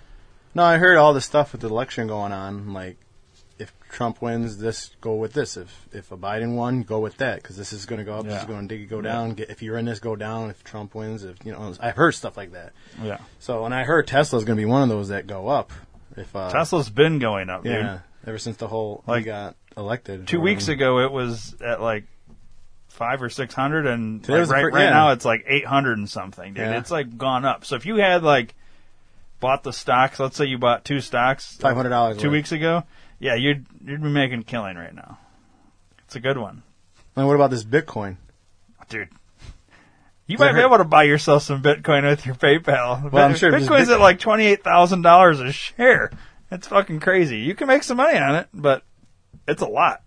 No, I heard all the stuff with the election going on. Like, if Trump wins, this go with this. If if a Biden won, go with that because this is going to go up. This
Yeah.
is going to go down. Get, if you're in this, go down. If Trump wins, if you know, I've heard stuff like that.
Yeah.
So, and I heard Tesla's going to be one of those that go up. If uh,
Tesla's been going up,
yeah,
dude.
ever since the whole
Like,
he got elected
Two
Um,
weeks ago it was at like five or six hundred and
Today
like,
was the
right,
fir-
right
yeah.
now it's like eight hundred and something, dude.
Yeah.
It's like gone up. So if you had like bought the stocks, let's say you bought two stocks
$500
two
worth.
weeks ago, yeah, you'd you'd be making killing right now. It's a good one.
And what about this Bitcoin?
dude. You
I
might be
heard-
able to buy yourself some Bitcoin with your PayPal.
Well, I'm sure just
Bitcoin's
Bit-
at like twenty eight thousand dollars a share. It's fucking crazy. You can make some money on it, but it's a lot.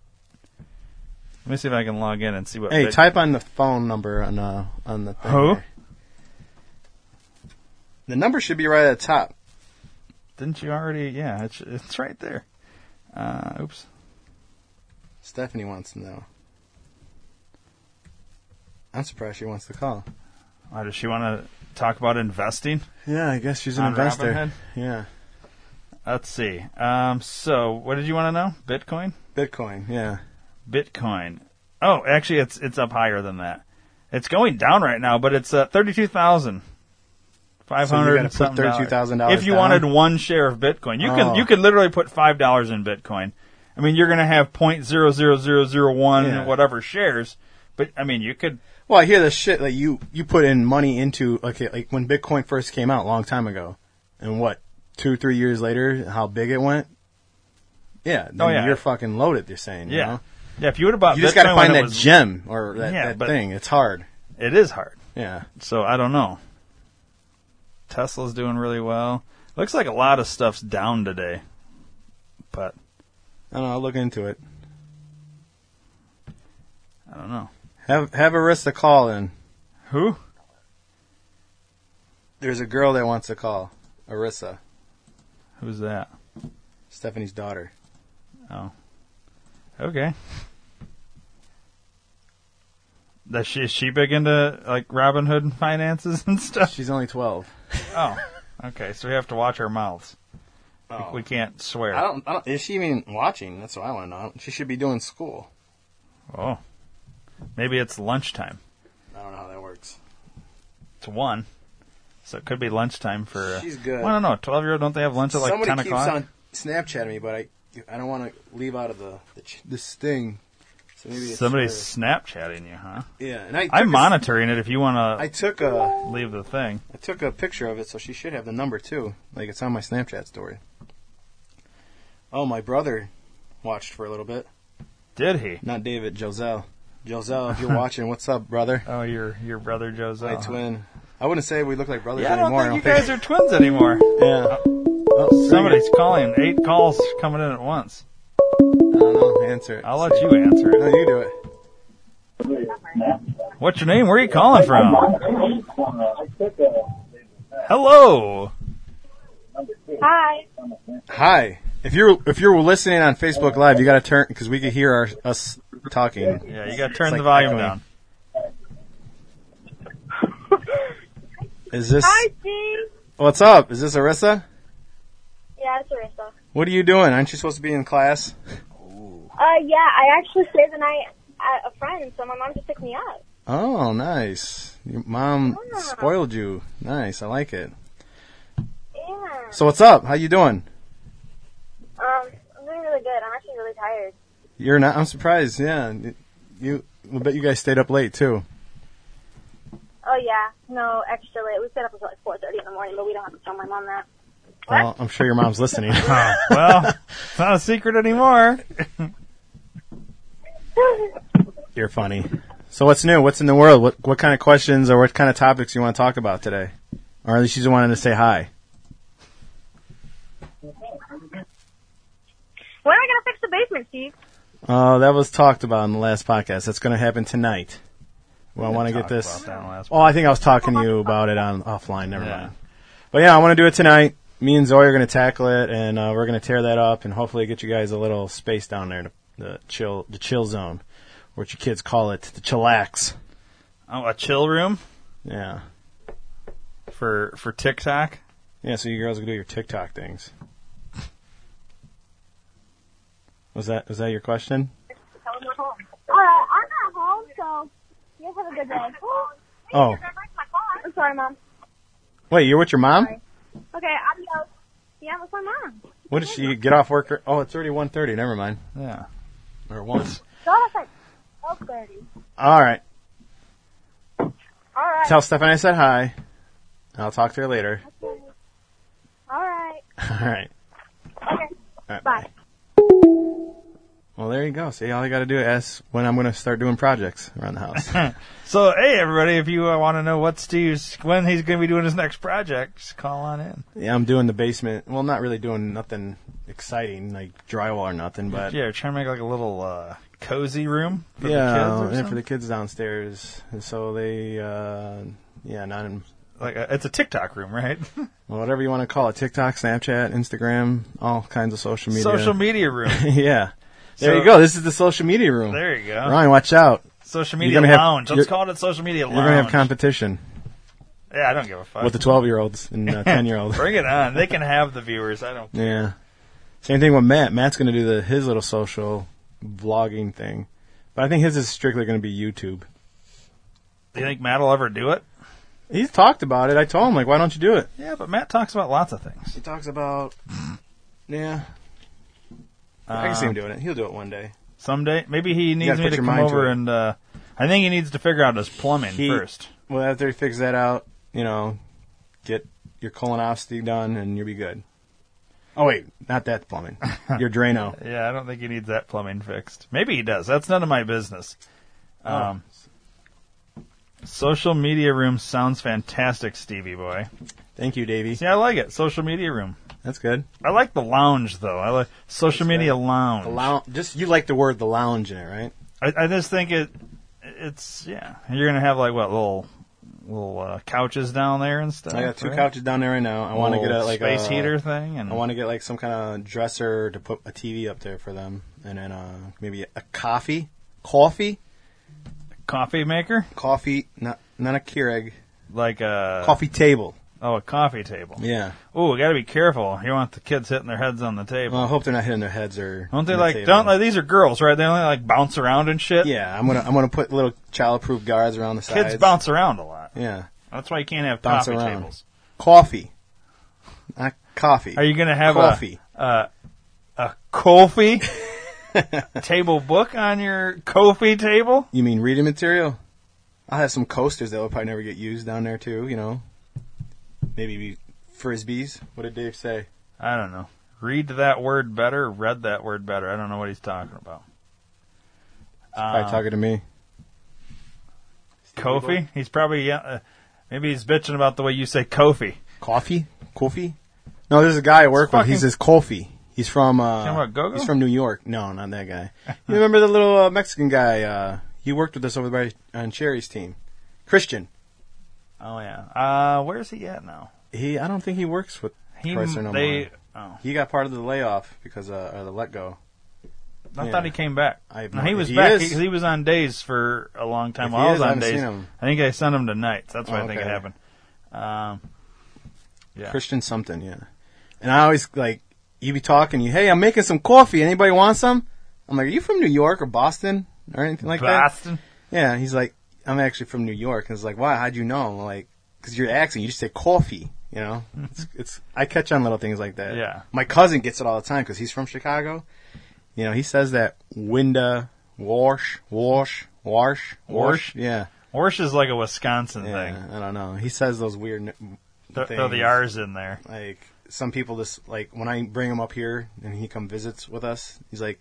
Let me see if I can log in and see what.
Hey,
Bit-
type on the phone number on uh on the thing
Who?
there. The number should be right at the top.
Didn't you already? Yeah, it's it's right there. Uh, oops.
Stephanie wants to know. I'm surprised she wants to call.
Oh, does she want to talk about investing?
Yeah, I guess she's an
On
investor.
Robinhood?
Yeah,
Let's see. Um, so what did you want to know? Bitcoin.
Bitcoin. Yeah,
Bitcoin. Oh, actually, it's it's up higher than that. It's going down right now, but it's uh, thirty-two thousand five
So you
hundred.
gotta put $32,000
If you
down?
wanted one share of Bitcoin, you can
Oh.
you could literally put five dollars in Bitcoin. I mean, you're going to have point zero zero zero zero one
Yeah.
whatever shares, but I mean, you could.
Well, I hear this shit like you you put in money into okay like when Bitcoin first came out a long time ago, and what two three years later how big it went. Yeah, then
Oh, yeah.
you're fucking loaded. You're saying you
Yeah,
know?
yeah. If you would have bought
You just
Bitcoin
got to
when
find
it
that
was-
gem or that,
Yeah,
that
but-
thing. It's hard.
it is hard.
Yeah.
So I don't know. Tesla's doing really well. Looks like a lot of stuff's down today, but
I don't know. I'll look into it.
I don't know
Have have Arista call in.
who.
There's a girl that wants to call. Arissa,
Who's that?
Stephanie's daughter.
Okay. That she is she big into like Robin Hood finances and stuff.
She's only 12.
Oh, okay. So we have to watch our mouths. We- We, can't swear.
Oh. I don't, I don't. Is she even watching? That's what I want to know. She should be doing school.
Oh, maybe it's lunchtime.
I don't know how that works.
It's one, so it could be lunchtime for. uh,
She's good.
I don't know. Twelve year old don't they have lunch at like
Somebody
ten
keeps
o'clock?
on Snapchatting me, but I I don't want to leave out of the, the ch- this thing. So maybe it's
Somebody's
her.
Snapchatting you, huh?
yeah. And I took
I'm
a-
monitoring it. If you want
I uh, took a
to leave the thing,
I took a picture of it, so she should have the number too. Like it's on my Snapchat story. Oh, my brother watched for a little bit.
did he?
Not David, Joselle. Joselle, if you're watching, what's up, brother?
Oh, your your brother Joseph.
My twin. I wouldn't say we look like brothers
Yeah, I don't
anymore.
think you guys are twins anymore.
Yeah. Oh,
Somebody's calling. Eight calls coming in at once.
I don't know. Answer it.
I'll let you answer
No,
it.
you do it.
What's your name? Where are you calling from? Hello.
Hi.
Hi. If you're if you're listening on Facebook Live, you got to turn because we could hear our, us talking.
Yeah, you got to turn
It's
the
like
volume
echoing.
down.
Is this
Hi, G.
what's up? Is this Arissa?
Yeah, it's Arissa.
What are you doing? Aren't you supposed to be in class?
Uh, yeah, I actually stayed the night at a friend, so my mom just picked me up.
Oh, nice. Your mom
Yeah.
spoiled you. Nice. I like it.
Yeah.
So what's up? How you doing?
Um, I'm doing really good. I'm actually really tired.
You're not. I'm surprised. Yeah. You. I bet you guys stayed up late too.
Oh yeah, no, extra late. We stayed up until like 4:30 in the morning, but we don't have to tell my mom that.
Well, I'm sure your mom's listening.
Oh, well, it's not a secret anymore.
You're funny. So what's new? What's in the world? What what kind of questions or what kind of topics you want to talk about today? Or at least you just wanted to say hi.
When are we gonna fix the basement, Steve?
Oh, that was talked about in the last podcast. That's going to happen tonight. Well, I want to get
Talked
this.
about that last-
Oh, I think I was talking to you about it on offline. Never
Yeah.
mind. But yeah, I want to do it tonight. Me and Zoe are going to tackle it, and uh, we're going to tear that up, and hopefully get you guys a little space down there to the chill, the chill zone, what your kids call it, the chillax.
Oh, a chill room
Yeah,
for for TikTok.
yeah. So you girls can do your TikTok things. Was that was that your question?
Tell them we're home. Uh, I'm not home, so you guys have a good day.
Oh,
I'm sorry, mom.
wait, you're with your mom?
Okay, adios. Yeah, that's my mom.
What did she get off work? Oh, it's already one thirty. Never mind.
Yeah.
Or one.
So it's like 12:30.
All right.
All right.
Tell Stephanie I said hi. I'll talk to her later.
All right.
All right.
Okay.
All right.
Bye.
Well, there you go. See, all you got to do is ask when I'm going to start doing projects around the house.
So, hey, everybody, if you uh, want to know what Steve's, when he's going to be doing his next project, just call on in.
yeah, I'm doing the basement. Well, not really doing nothing exciting like drywall or nothing, but
Yeah, trying to make like a little uh, cozy room for
yeah,
the kids. Or
yeah, for
something.
the kids downstairs. And so they, uh, yeah, not in
like a, it's a TikTok room, right?
well, whatever you want to call it, TikTok, Snapchat, Instagram, all kinds of social media.
Social media room.
yeah. There
So-
you go. This is the social media room.
There you go.
Ryan, watch out.
Social
You're
media
gonna have-
lounge.
you're-
Let's call it a social media
You're
lounge.
going to have competition
yeah, I don't give a fuck.
with the 12 year olds and 10 year olds.
Bring it on. They can have the viewers. I don't.
Yeah. Same thing with Matt. Matt's going to do the his little social vlogging thing, but I think his is strictly going to be YouTube.
Do you think Matt will ever do it?
He's talked about it. I told him like, why don't you do it?
Yeah, but Matt talks about lots of things.
He talks about, yeah. I can see him doing it. He'll do it one day.
Someday, maybe he needs
gotta
me
put
to
your
come
mind to
over
it.
and. Uh, I think he needs to figure out his plumbing
He-
first.
Well, after he figures that out, you know, get your colonoscopy done and you'll be good. Oh wait, not that plumbing. Your Drano.
Yeah, I don't think he needs that plumbing fixed. Maybe he does. That's none of my business.
Oh.
Um, Social media room sounds fantastic, Stevie boy.
Thank you, Davey.
Yeah, I like it. Social media room.
That's good.
I like the lounge though. I like social media lounge.
The lou- just you like the word the lounge in it, right?
I, I just think it. It's yeah. You're gonna have like what little little uh, couches down there and stuff.
I got two
Uh, right?
couches down there right now. I want to get
Little
a like
space
a,
heater thing and
I want to get like some kind of dresser to put a TV up there for them, and then uh, maybe a coffee, coffee,
coffee maker
coffee, not not a Keurig,
like a
coffee table.
oh a coffee table.
Yeah,
Oh, we got to be careful. You don't want the kids hitting their heads on the table.
well, I hope they're not hitting their heads or.
don't they
on the
like?
table.
Don't like these are girls, right? They only like bounce around and shit.
Yeah, I'm gonna I'm gonna put little childproof guards around the sides.
kids bounce around a lot.
Yeah,
That's why you can't have
Bounce
coffee
around.
tables.
coffee, not coffee.
Are you gonna have
coffee?
a a, a coffee table book on your coffee table?
you mean reading material? I'll have some coasters that will probably never get used down there too. You know, maybe be frisbees. What did Dave say?
I don't know. Read that word better. Read that word better. I don't know what he's talking about.
Probably talking to me.
Kofi? He's probably yeah. Uh, maybe he's bitching about the way you say Kofi.
Coffee? Kofi? No, there's a guy I work
It's
with. He's
fucking-
this Kofi. He's from. Uh,
Talking about Gogo?
He's from New York. No, not that guy. you remember the little uh, Mexican guy? Uh, he worked with us over by on Sherry's team. Christian.
Oh yeah. Uh, where's he at now?
He. I don't think he works with
He
Chrysler no
they.
more.
Oh,
He got part of the layoff because uh, or the let go.
I
Yeah.
thought he came back.
I have
no,
no-
he was
he
back
is?
because he, was on days for a long time.
If
Well,
he
I
is,
was
I
on
haven't
days.
seen him.
I think I sent him to nights. That's why I think it
Okay.
happened. Um, yeah.
Christian something. Yeah. And I always like you be talking. You hey, I'm making some coffee. Anybody want some? I'm like, are you from New York or Boston or anything like that?
Boston.
Yeah, and he's like, I'm actually from New York. And it's like, why? How'd you know? I'm like, because your accent, you just say coffee, you know? It's, it's, I catch on little things like that.
Yeah.
My cousin gets it all the time because he's from Chicago. You know, he says that winda, wash, wash, wash,
Wash?
Yeah.
Orsh is like a Wisconsin
yeah.
thing.
I don't know. He says those weird, n-
Th- throw the
Things.
R's in there.
like, some people just, like, when I bring him up here and he come visits with us, he's like,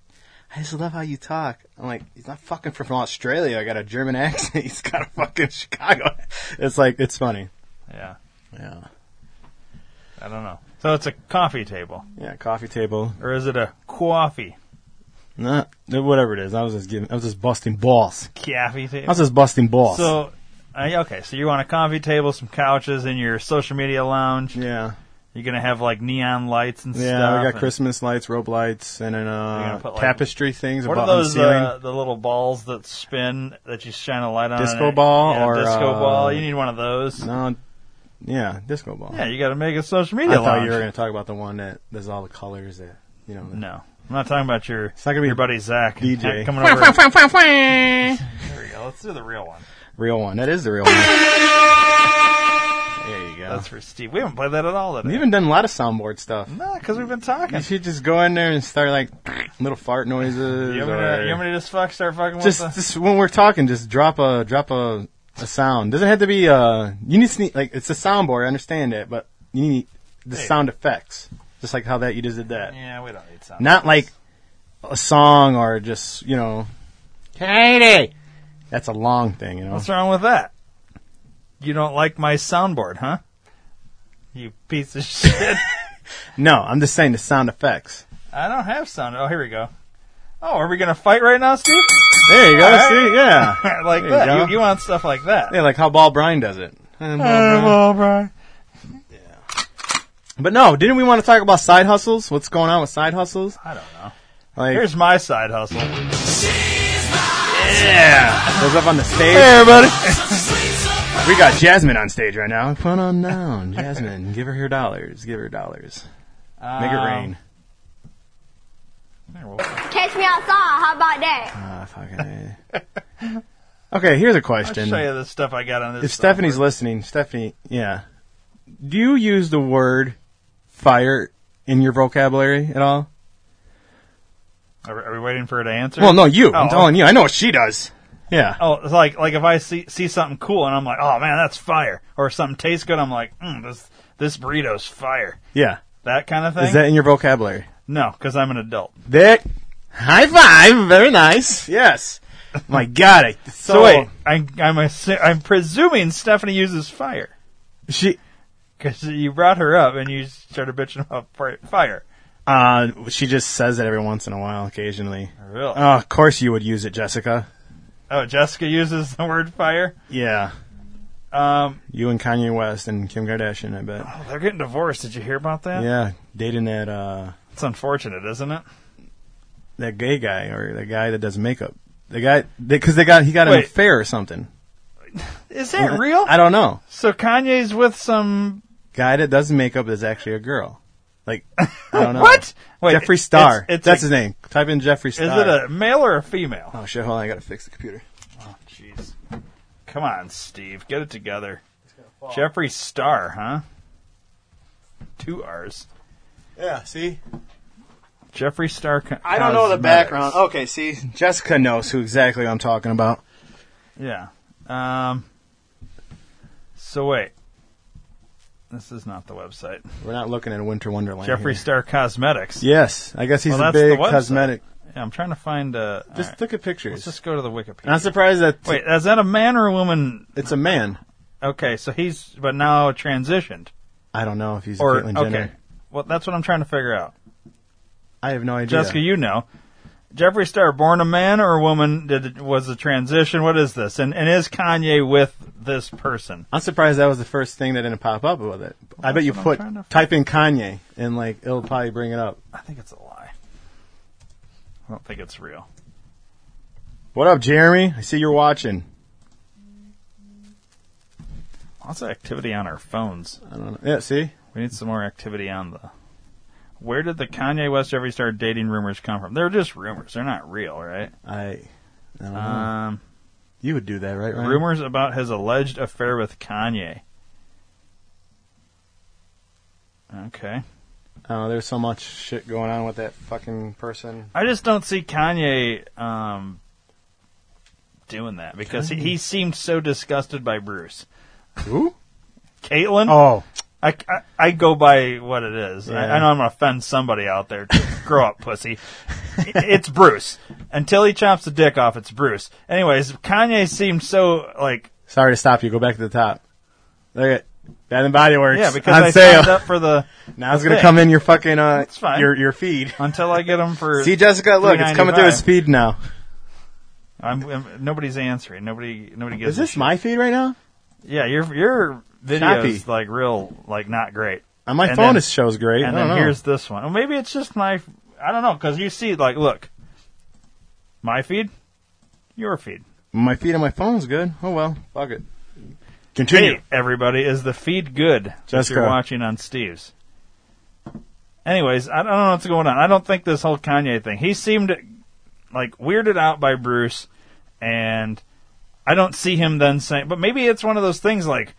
I just love how you talk. I'm like, he's not fucking from Australia. I got a German accent. He's got a fucking Chicago. It's like, it's funny.
Yeah.
Yeah.
I don't know. So it's a coffee table,
Yeah, coffee table.
or is it a coffee?
Nah, whatever it is. I was just giving. I was just busting balls.
Coffee table.
I was just busting balls.
So, uh, yeah, okay, so you want a coffee table, some couches in your social media lounge.
yeah,
You're gonna have like neon lights and
yeah.
stuff.
we
and-
got Christmas lights, rope lights, and then
You're
uh,
gonna put, like,
tapestry things
What
above
are
on the
those?
ceiling.
Uh, the little balls that spin that you shine a light on.
Disco ball
yeah,
or,
disco
uh,
ball. You need one of those.
no, yeah, disco ball.
Yeah, you got to make a social
I
media
thought
lounge.
you were going to talk about the one that there's all the colors that you know. the-
No, I'm not talking about your.
not gonna be
your buddy Zach
DJ.
coming over. there we go. Let's do the real one.
Real one. That is the real one. there you go.
That's for Steve. We haven't played that at all today.
We've even done a lot of soundboard stuff.
because we've been
You
talking.
should just go in there and start like little fart noises.
You want, me
or-
to, you want me to just fuck start fucking
just,
with the,
just when we're talking, just drop a drop a, a sound. Doesn't have to be uh you need to need, like it's a soundboard. I understand that, but you need the sound effects, just like how that you just did that.
Yeah, we don't need sound.
Not like a song or just you know, Katie. That's a long thing, you know.
What's wrong with that? You don't like my soundboard, huh? You piece of shit.
No, I'm just saying the sound effects.
I don't have sound. Oh, here we go. Oh, are we gonna fight right now, Steve?
There you go.
Alright.
See, yeah,
like
There you
that.
go.
You, you want stuff like that?
yeah, like how Ball Bryan does it. And Ball Bryan. But no, didn't we want to talk about side hustles? What's going on with side hustles?
I don't know.
Like,
Here's my side hustle.
goes up on the stage. Hey, everybody. we got Jasmine on stage right now. Put on down, Jasmine. Give her her dollars. Give her dollars. Make it
Um,
rain.
there, we'll-
Catch me outside. How about that?
Ah, fucking A. okay, here's a
I'll
question.
show you the stuff I got on this.
If Stephanie's listening, Stephanie, yeah. Do you use the word fire in your vocabulary at all?
software. are, are we waiting for her to answer?
Well, no, you. I'm
Oh.
telling you. I know what she does. Yeah.
Oh, it's like like if I see see something cool and I'm like, oh man, that's fire, or something tastes good, I'm like, mm, this this burrito's fire.
Yeah.
That kind of thing.
Is that in your vocabulary?
no, because I'm an adult.
That high five, very nice. Yes. My God. I, so,
So
wait,
I, I'm assu- I'm presuming Stephanie uses fire
she
because you brought her up and you started bitching about fri- fire.
uh she just says it every once in a while, occasionally.
Really?
Oh, of course you would use it, Jessica.
oh, Jessica uses the word fire.
Yeah,
Um,
you and Kanye West and Kim Kardashian, I bet.
oh, they're getting divorced. Did you hear about that?
Yeah, dating that uh
It's unfortunate, isn't it?
that gay guy or the guy that does makeup. The guy because they got he got an
Wait.
affair or something.
Is that real?
I don't know.
So Kanye's with some
Guy that does makeup is actually a girl. Like I don't know.
what? Wait,
Jeffree
it's-
Star.
It's,
That's
a,
his name. Type in Jeffree Star.
Is it a male or a female? Oh,
Oh shit! Hold on, I gotta fix the computer.
Jeez. Come on, Steve. Get it together. Jeffree Star, huh? Two R's.
Yeah, see,
Jeffree Star. Co-
I don't know the
Cosmetics.
background. Oh. Okay, see, Jessica knows who exactly I'm talking about.
Yeah. Um. So wait. This is not the website.
We're not looking at a Winter Wonderland.
Jeffree
here.
Star Cosmetics.
Yes, I guess he's
Well,
a
that's the
big
website.
cosmetic.
Yeah, I'm trying to find. Uh,
Just
alright.
look at pictures.
Let's just go to the Wikipedia.
I'm surprised that
Wait, is that a man or a woman?
it's a man.
Okay, so he's but now transitioned
I don't know if he's
or
Caitlyn Jenner.
okay. Well, that's what I'm trying to figure out.
I have no idea.
Jessica, you know. Jeffree Star, born a man or a woman? Did was the transition? What is this? And and is Kanye with this person?
I'm surprised that was the first thing that didn't pop up with it. I bet you
what I'm
put
trying to-
type in Kanye and like it'll probably bring it up.
I think it's a lie. I don't think it's real.
What up, Jeremy? I see you're watching.
Lots of activity on our phones.
I don't know. Yeah, see,
We need some more activity on the. Where did the Kanye West Jeffree Star dating rumors come from? They're just rumors. They're not real, right?
I. I don't know.
Um,
you would do that, Hmm. right? Ryan?
rumors about his alleged affair with Kanye. Okay.
Oh, there's so much shit going on with that fucking person.
I just don't see Kanye um, doing that because he, he seemed so disgusted by Bruce.
Who?
Caitlyn?
Oh,
I, I, I go by what it is. I,
Yeah.
I know I'm going to offend somebody out there. Grow up, pussy. I- It's Bruce. Until he chops the dick off, it's Bruce. Anyways, Kanye seemed so like
sorry to stop you. Go back to the top. Look at Bath and Body Works.
yeah because
on
I
sale.
signed up for the
Now it's
the
gonna
thing.
come in your fucking uh,
It's fine.
your your feed.
until I get him for
See, Jessica, look, it's coming through its
$3.95.
feed now.
I'm, I'm- nobody's answering. Nobody nobody gives.
Is
a
this
shit.
my feed right now?
Yeah, your your video
Choppy.
is like real like not great.
On Uh, my
And
phone,
then-
it shows great.
And
I don't
then
know.
here's this one. Well, maybe it's just my I don't know because you see like look my feed, your feed.
my feed on my phone's good. Oh well, fuck it. Continue.
Hey, everybody, is the feed good that
Jessica.
you're watching on Steve's? Anyways, I don't know what's going on. I don't think this whole Kanye thing. He seemed like weirded out by Bruce, and I don't see him then saying. But maybe it's one of those things like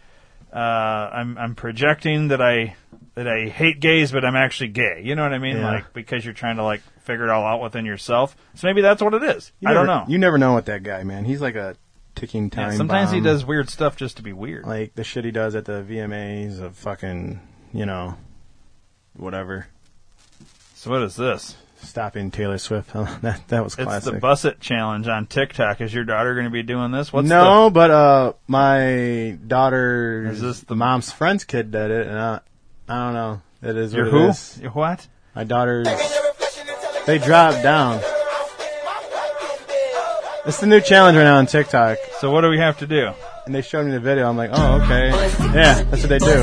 uh, I'm I'm projecting that I that I hate gays, but I'm actually gay. You know what I mean?
Yeah.
Like because you're trying to like figure it all out within yourself. So maybe that's what it is.
You
I don't
never-
know.
You never know with that guy, man. He's like a ticking time.
Yeah, sometimes he
bomb.
does weird stuff just to be weird.
like the shit he does at the VMAs of fucking, you know, whatever.
so what is this?
Stopping Taylor Swift. Oh, that that was
It's
classic.
the busset challenge on TikTok. Is your daughter going to be doing this? What's
no, but uh, my daughter
Is this the-
mom's friend's kid did it, and I, I don't know. It is
the, your
what
who?
It is.
Your what?
My daughter's. They dropped down. It's the new challenge right now on TikTok,
So what do we have to do?
and they showed me the video. I'm like, oh okay, yeah, that's what they do.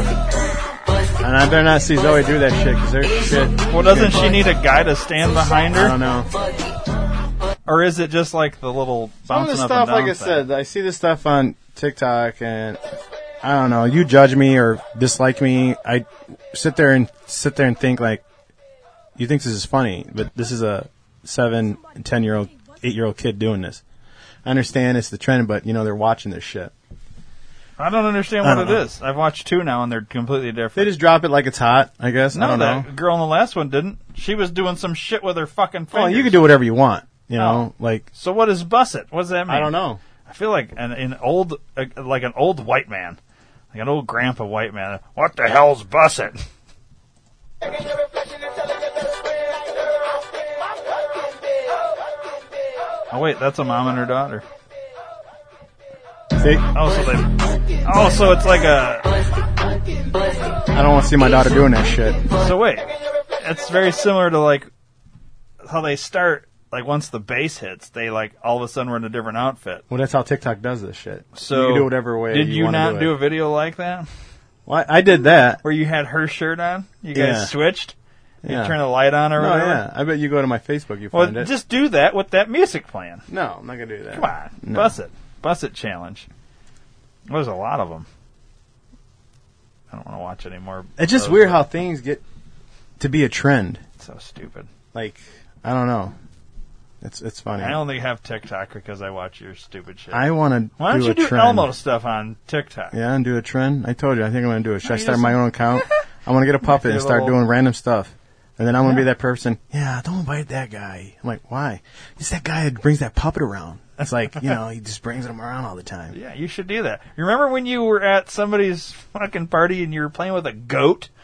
And I better not see Zoe do that shit because they're shit.
Well, doesn't she need a guy to stand behind
I
her,
don't know.
or is it just like the little
Some of
bouncing
this
up
stuff,
and down
like I
thing?
said, I see this stuff on TikTok, and I don't know. You judge me or dislike me. I sit there and sit there and think like, you think this is funny, but this is a seven, ten year old, eight year old kid doing this. I understand it's the trend, but you know they're watching this shit.
I don't understand
I
what it
don't know.
is. I've watched two now, and they're completely
They
different.
just drop it like it's hot, I guess. I
no,
don't
that
know.
girl in the last one didn't. She was doing some shit with her fucking fingers.
Well, you can do whatever you want. You know, like
So what is busset? What does that mean?
I don't know.
I feel like an, an old, uh, like an old white man, like an old grandpa white man. What the hell's busset? Oh wait, that's a mom and her daughter.
See,
Oh, so they. Oh, so it's like a.
I don't want to see my daughter doing that shit.
So wait, it's very similar to like how they start. Like once the bass hits, they like all of a sudden we're in a different outfit.
Well, that's how TikTok does this shit.
So
you can do whatever way.
Did you, not
wanna do
do
it?
a video like that?
Well, I I did that.
where you had her shirt on. You guys
Yeah.
switched. You
Yeah.
turn the light on or
No,
whatever.
yeah. I bet you go to my Facebook, you
Well,
find it.
just do that with that music playing.
no, I'm not gonna do that.
Come on,
No.
bus it, bus it challenge. There's a lot of them. I don't want to watch anymore.
It's just weird how things get to be a trend.
so stupid.
Like I don't know. It's it's funny.
I only have TikTok because I watch your stupid shit.
I want to.
Why don't
do
you
a
do
trend.
Elmo stuff on TikTok?
Yeah, and do a trend. I told you. I think I'm gonna do it. Should I
you
start
just-
my own account? I want to get a puppet
Your
and start
little-
doing random stuff. And then I'm going to be that person. Yeah, don't invite that guy. I'm like, why? It's that guy that brings that puppet around. It's like, you know, he just brings him around all the time.
Yeah, you should do that. You remember when you were at somebody's fucking party and you were playing with a goat?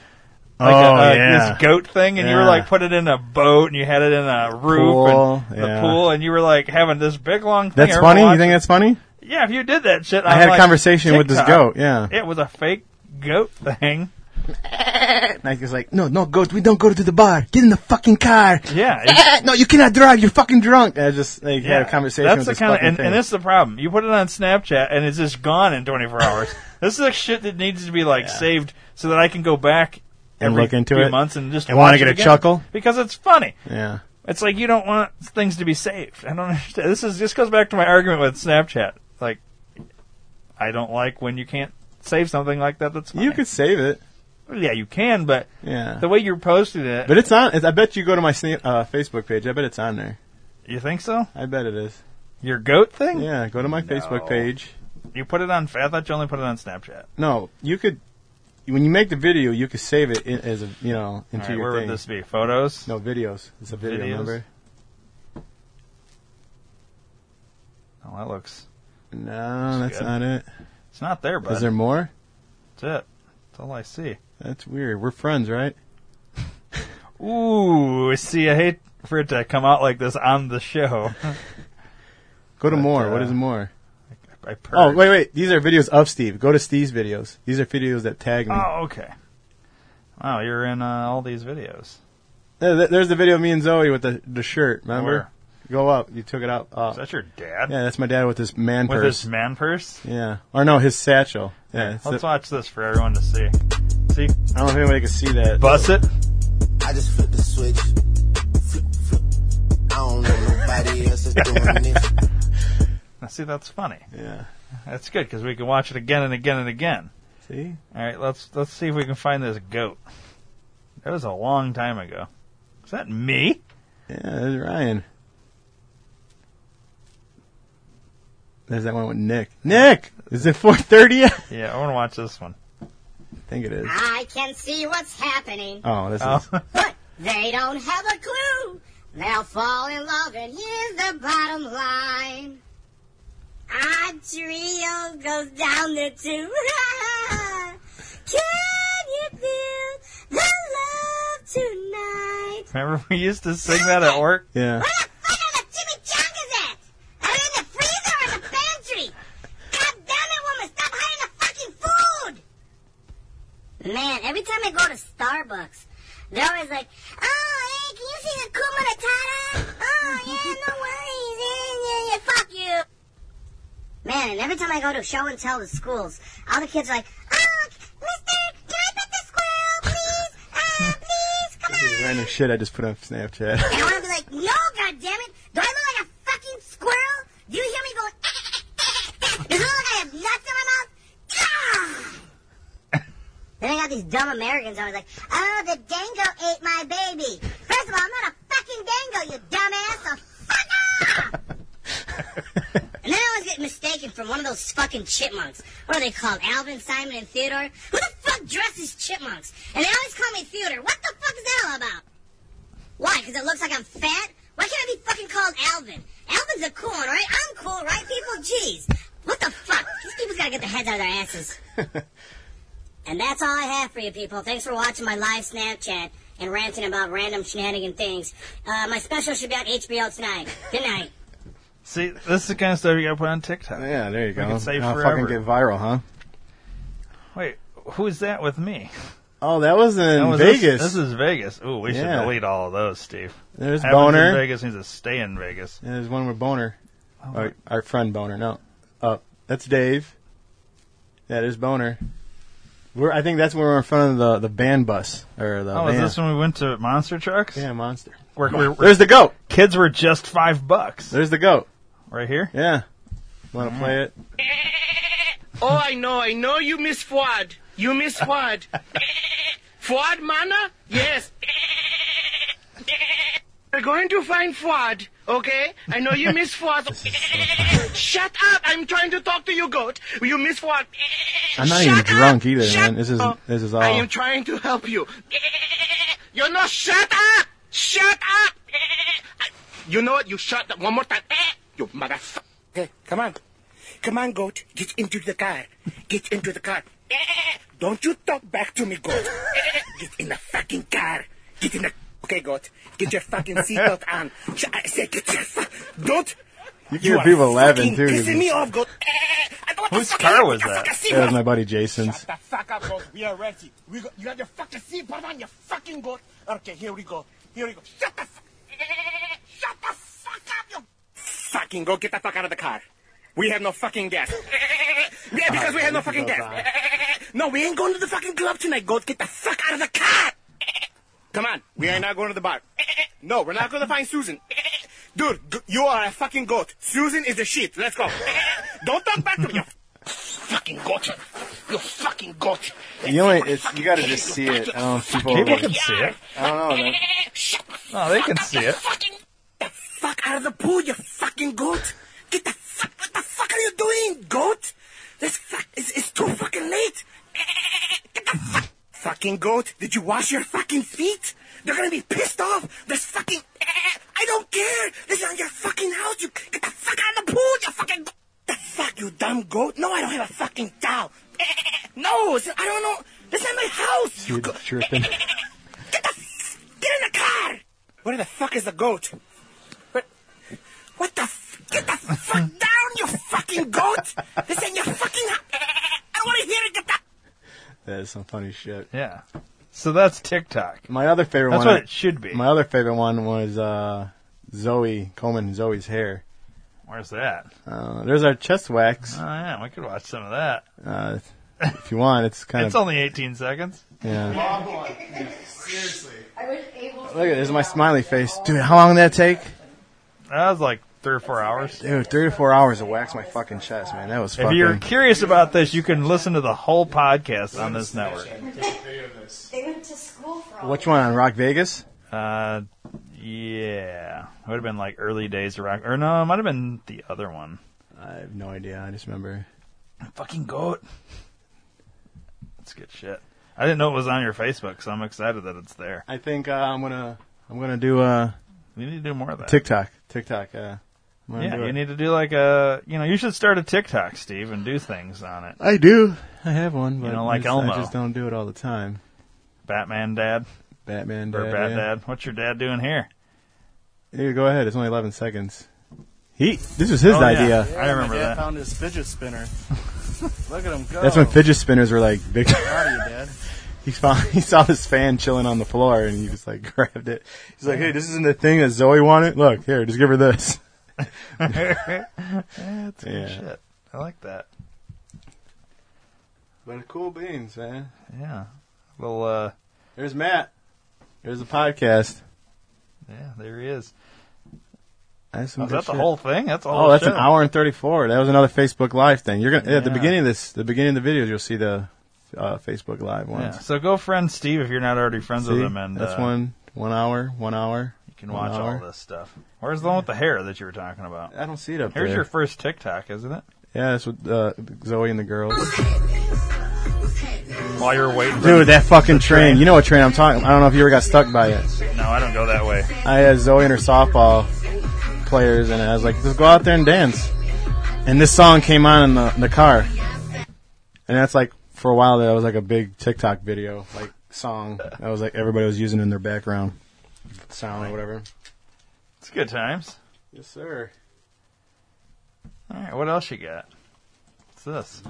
Like
oh,
a, a,
yeah.
This goat thing, and you were
Yeah.
like put it in a boat, and you had it in a roof
Pool,
and the
yeah.
pool, and you were like having this big long. thing.
That's
Everyone
funny? You
watched
think
it.
that's funny?
Yeah, if you did that shit,
I
on,
had a
like,
conversation with this
TikTok,
goat, yeah.
it was a fake goat thing.
And I was like, no, no, goat, we don't go to the bar. Get in the fucking car. Eh,
Yeah,
no, you cannot drive. You're fucking drunk. And I just like, had a conversation
That's
with
the
this
kind of,
fucking
and,
thing.
and this is the problem. You put it on Snapchat, and it's just gone in 24 hours. this is the shit that needs to be like saved so that I can go back
And
every
look into
few
it.
months and just
And wanna
watch
get
it
a
again.
chuckle.
because it's funny.
yeah.
It's like you don't want things to be saved. I don't understand. This is this goes back to my argument with Snapchat. Like, I don't like when you can't save something like that. That's funny.
You could save it.
yeah, you can, but
Yeah.
the way you're posting it,
But it's on. I bet you go to my sna- uh, Facebook page. I bet it's on there.
you think so?
I bet it is.
Your goat thing?
Yeah, go to my
No.
Facebook page.
You put it on. I thought you only put it on Snapchat.
No, you could. When you make the video, you could save it in, as a you know into
All right,
your
where
thing.
would this be? Photos?
No videos. It's a video.
Videos?
Remember?
Oh, that looks.
No,
That's
that's
good.
not it.
It's not there, but
Is there more?
that's it. That's all I see.
That's weird. We're friends, right?
Ooh, see, I hate for it to come out like this on the show.
Go to
But,
more.
uh,
what is more?
I purged.
Oh, wait, wait. These are videos of Steve. Go to Steve's videos. These are videos that tag me.
Oh, okay. Wow, you're in uh, all these videos.
There- there- There's the video of me and Zoe with the, the shirt. Remember?
Where?
Go up. You took it up. up.
Oh, Is that your dad
Yeah, that's my dad with his man
with
purse.
his man purse?
Yeah. Or no, his satchel. Yeah. it's
Let's
the-
watch this for everyone to see. See,
I don't know if anybody can see that.
bus it.
I just flip the switch. Flip, flip. I don't know nobody else is doing this.
Now, see, that's funny.
Yeah.
That's good because we can watch it again and again and again.
See?
All right, let's let's see if we can find this goat. That was a long time ago. Is that me?
Yeah, there's Ryan. There's that one with Nick. Nick! Is it 4:30? I
Yeah, I want to watch this one.
think it is.
I can see what's happening,
Oh, this
Oh,
is.
but they don't have a clue. They'll fall in love, and here's the bottom line. Our trio goes down the tube. can you feel the love tonight?
remember we used to sing that at work?
Yeah.
Where the fuck are the chimichangas at? Are they in the freezer or the pantry? God damn it, woman, stop hiding the fucking food! Man, every time I go to Starbucks, they're always like, oh, hey, can you see the Kuma Matata? Oh, yeah, no worries. Yeah, yeah, yeah, fuck you. Man, and every time I go to show and tell the schools, all the kids are like, oh, mister, can I pet the squirrel, please? Uh, please, come on.
This is random shit I just put on Snapchat.
And I want to be like, no, goddammit! Do I look like a fucking squirrel? Do you hear me going? Does it look like I have nuts in my mouth? Ah! then I got these dumb Americans. I was like, oh, the dango ate my baby. First of all, I'm not a fucking dango, you dumbass. So fuck off. And then I always get mistaken for one of those fucking chipmunks. What are they called? Alvin, Simon, and Theodore? Who the fuck dresses chipmunks? And they always call me Theodore. What the fuck is that all about? Why? Because it looks like I'm fat? Why can't I be fucking called Alvin? Alvin's a cool one, right? I'm cool, right, people? Jeez. What the fuck? These people's gotta get their heads out of their asses. and that's all I have for you people. Thanks for watching my live Snapchat and ranting about random shenanigan things. Uh, my special should be on HBO tonight. Good night.
See, this is the kind of stuff you got to put on TikTok.
Yeah, there you go.
can save
I'll
forever.
fucking get viral, huh?
Wait, who's that with me?
Oh, that was in
That was-
Vegas.
This, this is Vegas. Ooh, we should
Yeah.
delete all of those, Steve.
There's
Happens
Boner.
in Vegas Oh needs to stay in Vegas.
And there's one with Boner. Our, our friend Boner. No. Uh, that's Dave. That is Boner. We're, I think that's where we're in front of the, the band bus. Or the
Oh,
van.
is this when we went to Monster Trucks?
Yeah, Monster.
Where, where, where
There's the goat.
kids were just five bucks.
There's the goat.
Right here?
Yeah. Want to play it?
Oh, I know, I know you miss Fuad. You miss Fuad. Fuad Mana? Yes. We're going to find Fuad, okay? I know you miss Fuad. Shut up! I'm trying to talk to you, goat. You miss Fuad.
I'm not
Shut
even
up!
drunk either,
Shut
man. This is
up.
this is
I
all.
am trying to help you. You know, shut up! Shut up! You know what? You shut up one more time. You motherfucker. Hey, come on. Come on, goat. Get into the car. Get into the car. Don't you talk back to me, goat. Get in the fucking car. Get in the. Okay, goat. Get your fucking seatbelt on. Sh- I said, get your. Fu- goat.
You hear people
fucking
laughing too. 'cause
Pissing me off, goat. I don't want
Whose
the fucking-
car was
the
that?
fucking
It was
seatbelt.
my buddy Jason's.
Shut the fuck up, goat. We are ready. We go- you got your fucking seatbelt on, you fucking goat. Okay, here we go. Here we go. Shut the fuck. Shut the fuck up, you fucking goat. Get the fuck out of the car. We have no fucking gas. yeah, because we have no fucking gas. no, we ain't going to the fucking club tonight, goat. Get the fuck out of the car. Come on, we are not going to the bar. No, we're not going to find Susan. Dude, g- you are a fucking goat. Susan is the shit. Let's go. Don't talk back to me. You fucking goat. You fucking goat.
You only it's you got to just see it. I don't know if people. "Oh,
People can see it.
I don't know. man.
Shut the
No, they can
fuck up,
see
you
it.
Fucking, the fuck out of the pool, you fucking goat. Get the fuck. What the fuck are you doing, goat? This fuck. It's, it's too fucking late. Get the fuck. Fucking goat, did you wash your fucking feet? They're gonna be pissed off. This fucking. eh, I don't care. This is on your fucking house. You get the fuck out of the pool, you fucking. The fuck, you dumb goat? No, I don't have a fucking towel. Eh, No, it's- I don't know. This is my house. You go-
Chirping.
Get in the car! Where the fuck is the goat? What, what the f- Get the fuck down, you fucking goat! This ain't your fucking. I don't want to hear it! Get the.
That is some funny shit.
Yeah. So that's TikTok.
My other favorite
That's
one.
what it should be.
My other favorite one was uh, Zoe combing Zoe's hair.
Where's that?
Uh, there's our chest wax.
Oh yeah, we could watch some of that.
Uh, if you want, it's kind
It's
of
only 18 seconds.
yeah. Look at there's my smiley face, dude. How long did that take?
That was like three or four hours.
Dude, three to four hours to wax my fucking chest, man. That was
If you're
fucking.
curious about this, you can listen to the whole podcast on this network.
They went to school for all
Which one on Rock Vegas?
Uh, yeah, it would have been like early days of rock, or no, it might have been the other one.
I have no idea. I just remember.
Fucking goat. That's good shit. I didn't know it was on your Facebook, so I'm excited that it's there.
I think uh, I'm gonna I'm gonna do uh,
We need to do more of that.
TikTok. TikTok. Uh, I'm gonna
yeah,
do
you
it.
need to do like a, you know, you should start a TikTok, Steve, and do things on it.
I do. I have one, but
know, like
I, just,
Elmo.
I just don't do it all the time.
Batman Dad
Batman.
or
Dad,
Bat
yeah.
Dad. What's your dad doing here?
Here, go ahead. It's only 11 seconds. He. This was his
Oh, yeah.
idea.
I remember
Dad
that.
found his fidget spinner. Look at him go.
That's when fidget spinners were like big.
Proud of you, Dad.
he found he saw this fan chilling on the floor and he just like grabbed it. He's like, "Hey, this isn't the thing that Zoe wanted. Look here, just give her this."
That's good
Yeah.
shit. I like that.
But cool beans, man.
Yeah. Well, uh,
There's Matt. There's the podcast.
yeah, there he is.
That's some
Is
good
that the
shit.
whole thing? That's all.
Oh, that's an hour and 34. That was another Facebook Live thing. You're gonna at the
Yeah.
beginning of this, the beginning of the videos, you'll see the uh, Facebook Live
Yeah.
ones.
So go friend Steve if you're not already friends with
See?
him, and
that's
uh,
one one hour, one hour.
you can
one
watch
hour.
all this stuff. Where's the one with the hair that you were talking about?
I don't see it up
Here's
there.
your first TikTok, isn't it?
yeah, that's with uh, Zoe and the girls.
While you're waiting, for
Dude, that fucking train. You know what train I'm talking. I don't know if you ever got stuck by it.
no, I don't go that way.
I had Zoe and her softball players, and I was like, "Just go out there and dance." And this song came on in the, the car, and that's like for a while that was like a big TikTok video, like song that was like everybody was using in their background sound or whatever.
It's good times.
Yes, sir.
All right, what else you got? What's this?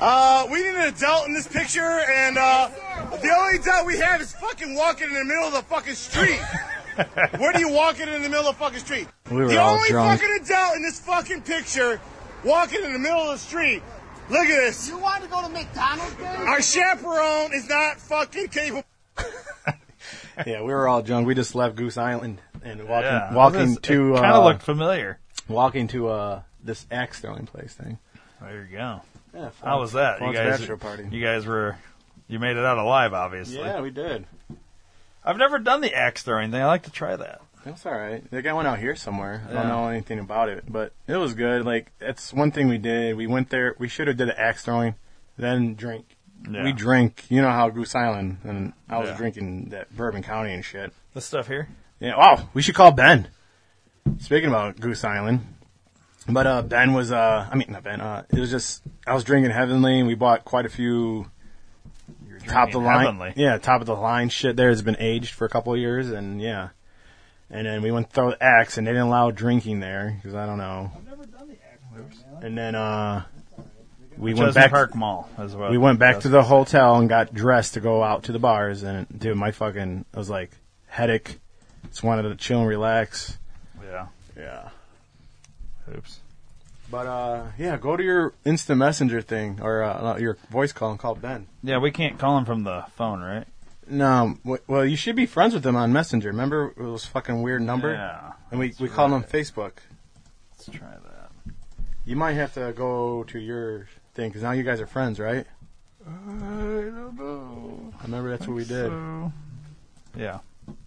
Uh, we need an adult in this picture, and uh, the only adult we have is fucking walking in the middle of the fucking street. Where do you walk in in the middle of the fucking street?
We were
the
all
only
drunk.
fucking adult in this fucking picture walking in the middle of the street. Look at this. You wanted to go to McDonald's, Our chaperone is not fucking capable.
Yeah, we were all drunk. We just left Goose Island and walking,
yeah,
walking to
kind of
uh,
looked familiar.
walking to uh, this axe throwing place thing.
There you go.
Yeah,
How was that? You
Fallon's
guys,
bachelor party.
you guys were, you made it out alive, obviously.
Yeah, we did.
I've never done the axe throwing thing. I like to try that.
That's all right. They got one out here somewhere. I
Yeah.
don't know anything about it, but it was good. Like that's one thing we did. We went there. We should have did an axe throwing, then drink.
Yeah.
we drink. You know how Goose Island and I was
Yeah.
drinking that Bourbon County and shit.
The stuff here.
Yeah, wow. We should call Ben. Speaking about Goose Island, but uh, Ben was uh, I mean not Ben. Uh, it was just I was drinking Heavenly, and we bought quite a few top of the line.
Heavenly.
Yeah, top of the line shit. There has been aged for a couple of years, and yeah. And then we went to throw the axe, and they didn't allow drinking there because I don't know. I've never done the axe. And then uh, we went
Chesney
back.
Park Mall as well.
We went back to the hotel and got dressed to go out to the bars. And dude, my fucking, I was like, headache. Just wanted to chill and relax.
Yeah.
Yeah.
Oops.
But uh, yeah, go to your instant messenger thing or uh, no, your voice call and call Ben.
Yeah, we can't call him from the phone, right?
No, w- well, you should be friends with him on Messenger. Remember it was fucking weird number,
Yeah.
and we we called him Facebook.
Let's try that.
You might have to go to your thing because now you guys are friends, right?
I don't know.
I remember that's uh, what we did.
Yeah.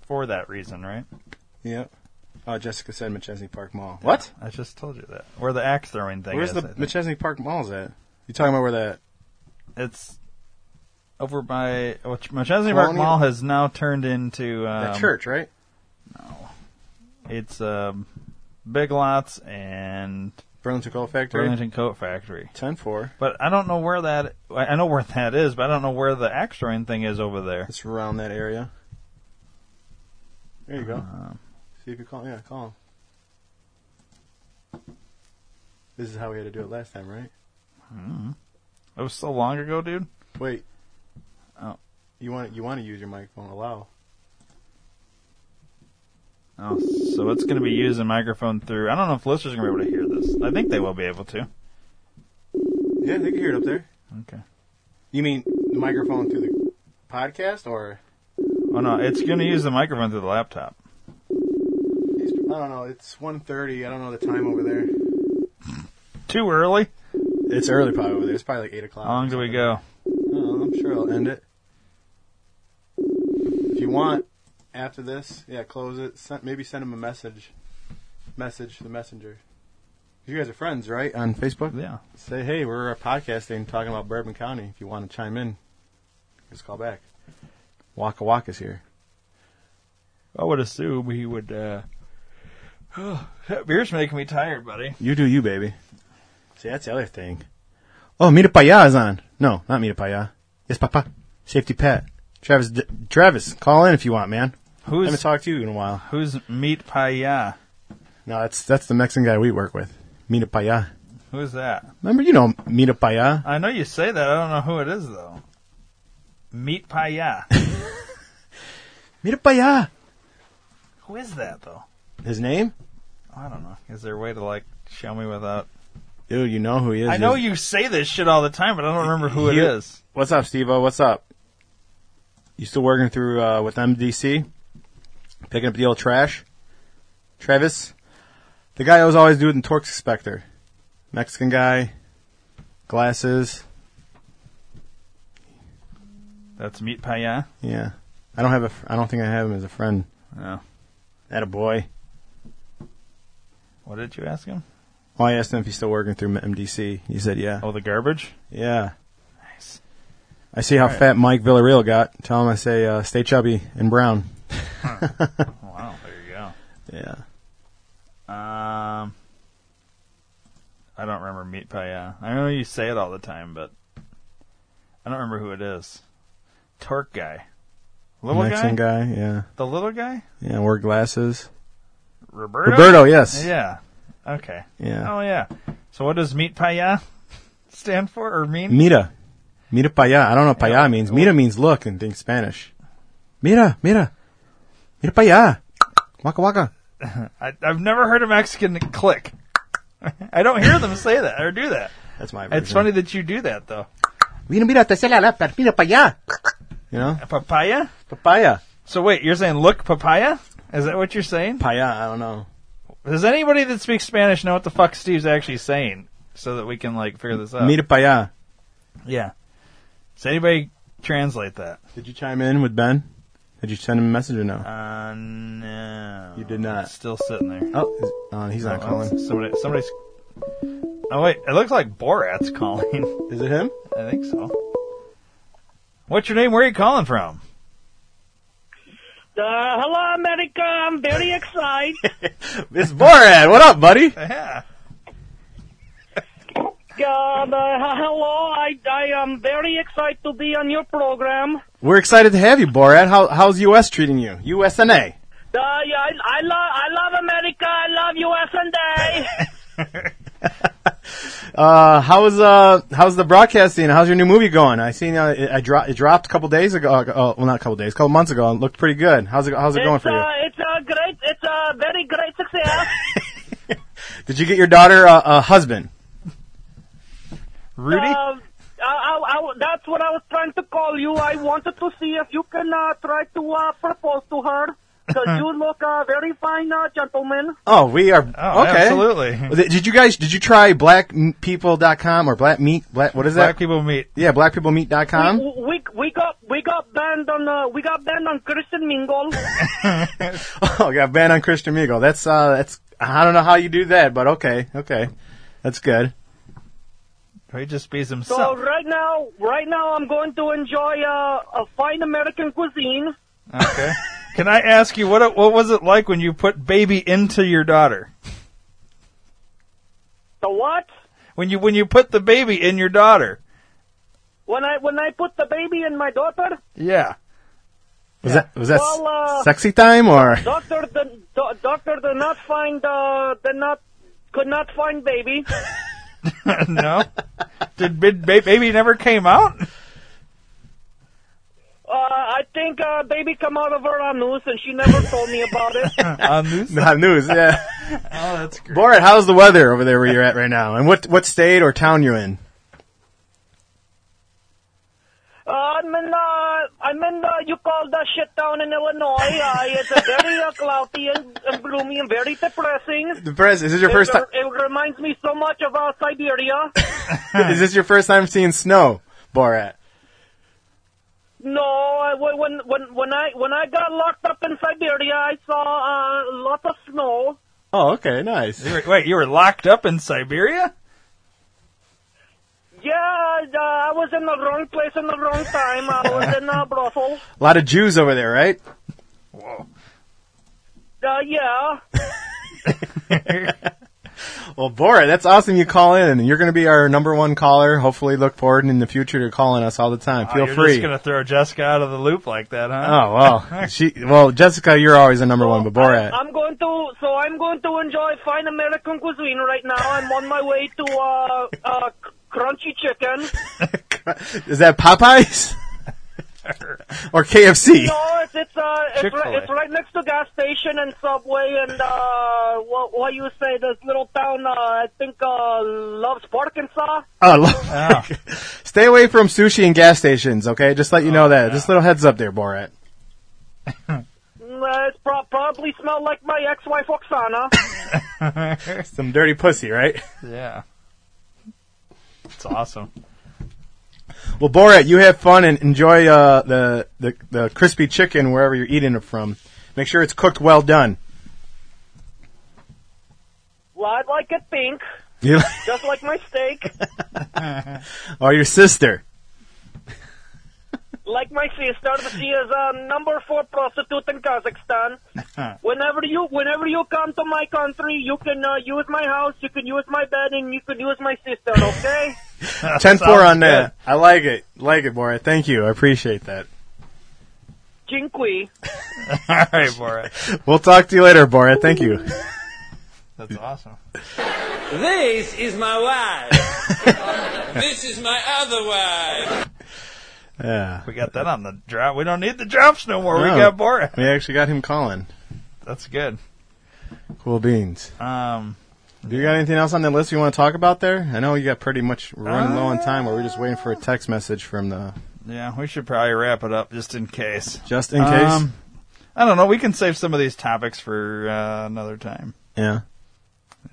For that reason, right?
Yep. Oh, Jessica said McChesney Park Mall. What?
I just told you that. Where the axe throwing thing
Where's
is.
the
I think.
McChesney Park Mall's at? You talking about where that?
it's over by which Machesney
Colonial-
Park Mall has now turned into um,
that church, right?
It's um, Big Lots and
Burlington Coal Factory.
Burlington Coat Factory.
Ten four.
But I don't know where that. I I know where that is, but I don't know where the axe throwing thing is over there.
It's around that area. There you go.
Um,
See if you call. Yeah, call him. This is how we had to do it last time, right?
It was so long ago, dude.
Wait.
Oh.
You want you want to use your microphone? Allow.
Oh, so it's going to be using microphone through. I don't know if listeners are going to be able to hear this. I think they will be able to.
Yeah, they can hear it up there.
Okay.
You mean the microphone through the podcast or?
Oh no, it's going to use the microphone through the laptop.
I don't know. It's 1.30. I don't know the time over there.
Too early.
It's early, probably over there. It's probably like eight o'clock.
How long do we go?
Oh, I'm sure I'll end it. If you want, after this, yeah, close it. Send, maybe send him a message. Message the messenger. You guys are friends, right? On Facebook?
Yeah.
Say, hey, we're podcasting talking about Bourbon County. If you want to chime in, just call back. Waka Waka's here.
I would assume he would. uh that beer's making me tired, buddy.
You do you, baby. See, that's the other thing. Oh, Mira Paya is on. No, not Mira Paya. Yes, Papa. Safety Pat. Travis, D- Travis, call in if you want, man. I haven't
Who's
talked to you in a while.
who's meat paella?
No, that's that's the Mexican guy we work with, Mina Paya.
Who's that?
Remember, you know Mina Paya.
I know you say that. I don't know who it is though. Meat paella.
Mina Paya.
who is that though?
His name?
I don't know. Is there a way to like show me without?
Dude, you know who he is.
I know
He's-
you say this shit all the time, but I don't remember who it
You-
is.
What's up, Steve-O? What's up? You still working through uh, with MDC? Picking up the old trash? Travis? The guy I was always doing the Torx Specter. Mexican guy. Glasses.
That's meat paella.
Yeah. I don't have a. fr- I don't think I have him as a friend.
No.
That a boy.
What did you ask him?
Well, Oh, I asked him if he's still working through MDC. He said, yeah.
Oh, the garbage.
Yeah.
Nice.
I see how
All right.
fat Mike Villarreal got. Tell him I say uh, stay chubby and brown.
Oh, Wow. There you go.
Yeah.
Um. I don't remember meat paella. I know you say it all the time, but I don't remember who it is. Torque guy. Little
Mexican
guy?
guy. Yeah.
The little guy?
Yeah. Wore glasses.
Roberto?
Roberto, yes.
Yeah. Okay.
Yeah.
Oh yeah. So what does meat paella stand for or mean?
Mira. Mira paya. I don't know what paya
Yeah.
means. Mira means look in think Spanish. Mira, mira. Mira paya. Waka waka.
I, I've never heard a Mexican click. I don't hear them say that or do that.
That's my version.
It's funny that you do that though.
Mira, mira, te sale la per- mira paya. You know?
Papaya?
Papaya.
So wait, you're saying look papaya? Is that what you're saying?
Paya, I don't know.
Does anybody that speaks Spanish know what the fuck Steve's actually saying so that we can like figure this out?
Mira paya.
yeah. Does anybody translate that?
Did you chime in with Ben? Did you send him a message or no?
Uh, no.
You did not.
It's still sitting there.
oh, is- oh, he's not
Oh,
calling.
Somebody, somebody's. Oh wait, it looks like Borat's calling.
Is it him?
I think so. What's your name? Where are you calling from?
Uh, hello, America. I'm very excited.
It's Borad. What up, buddy?
God, uh, hello. I, I am very excited to be on your program.
We're excited to have you, Borad. How, how's US treating you? USNA.
Uh, yeah, I, I love I love America. I love USA.
Uh, how's uh how's the broadcasting? How's your new movie going? I seen uh, it, I dro- it dropped a couple days ago. Uh, uh, well, not a couple days, a couple months ago. It looked pretty good. How's it How's it going
it's,
for you?
Uh, it's a great. It's a very great success.
Did you get your daughter a, a husband? Rudy.
Uh, I, I, I, that's what I was trying to call you. I wanted to see if you can uh, try to uh, propose to her. Because you look a uh, very fine uh, gentleman.
Oh, we are
Oh,
okay.
absolutely.
Was it- Did you guys did you try blackpeople.com or black meat? Black, what is that?
Black People
meat.
Yeah, blackpeoplemeat.com.
We, we we got we got banned on uh, we got banned on Christian Mingle.
oh, got banned on Christian Mingle. That's uh that's I don't know how you do that, but okay, okay. That's good.
He just bees
so
himself.
right now right now I'm going to enjoy uh, a fine American cuisine.
Okay. Can I ask you what it, what was it like when you put baby into your daughter?
The what?
When you when you put the baby in your daughter?
When I when I put the baby in my daughter.
Yeah.
Was that was that
Well, uh,
sexy time or
Doctor the do, doctor did not find uh did not could not find baby.
no. Did bid, ba- baby never came out?
Uh, I think uh, baby come out of her anus and she never told me about it. Uh,
on news?
Not news, yeah.
oh,
that's
Borat, how's the weather over there where you're at right now? And what what state or town you're in?
Uh, I'm in, uh, I'm in, uh, you call that shit town in Illinois. Uh, it's a very uh, cloudy and, and gloomy and very depressing.
Depressing. Is this your
It
first
re-
ti-
It reminds me so much of uh, Siberia.
is this your first time seeing snow, Borat?
no, I, when when when I when I got locked up in Siberia, I saw uh, lots of snow.
Oh, okay, nice.
You were, wait, you were locked up in Siberia?
Yeah, uh, I was in the wrong place in the wrong time. I was in uh, brothel.
A lot of Jews over there, right?
Uh, yeah.
Well, Borat, that's awesome you call in and you're going to be our number one caller. Hopefully look forward in the future to calling us all the time.
Oh,
Feel
you're
free.
just gonna throw Jessica out of the loop like that, huh?
Oh, well. she well, Jessica, you're always the number one, but Borat.
I'm going to, so I'm going to enjoy fine American cuisine right now. I'm on my way to uh, uh, c- crunchy chicken.
Is that Popeyes? or KFC?
No, it's it's uh, it's,
Chick-fil-A.
right, it's right next to gas station and subway and uh, what what you say? This little town, uh, I think, uh, loves Arkansas.
Oh, lo- Stay away from sushi and gas stations, okay? Just let you know that. Just little heads up there, Borat.
Mm, uh, It's pro- probably smelled like my ex-wife Oksana.
Some dirty pussy, right?
Yeah. It's awesome.
Well, Borat, you have fun and enjoy uh, the, the the crispy chicken wherever you're eating it from. Make sure it's cooked well done.
well, I'd like it pink,
You,
just like my steak,
or your sister.
like my sister. She is a number four prostitute in Kazakhstan. Whenever you whenever you come to my country, you can uh, use my house, you can use my bed, and you can use my sister. Okay?
Ten four on that. I like it. Like it, Borat. Thank you. I appreciate that.
Jinqui.
All right, Borat.
We'll talk to you later, Borat. Thank you.
That's awesome.
This is my wife. this is my other wife.
Yeah.
We got that on the drop. We don't need the drops no more. We
Oh,
got Borat.
We actually got him calling.
That's good.
Cool beans.
Um,
Do you got anything else on the list you want to talk about there? I know you got pretty much we're running low on
Uh,
time, where we're just waiting for a text message from the
Yeah, we should probably wrap it up just in case.
Just in case?
Um, I don't know. We can save some of these topics for uh, another time.
yeah.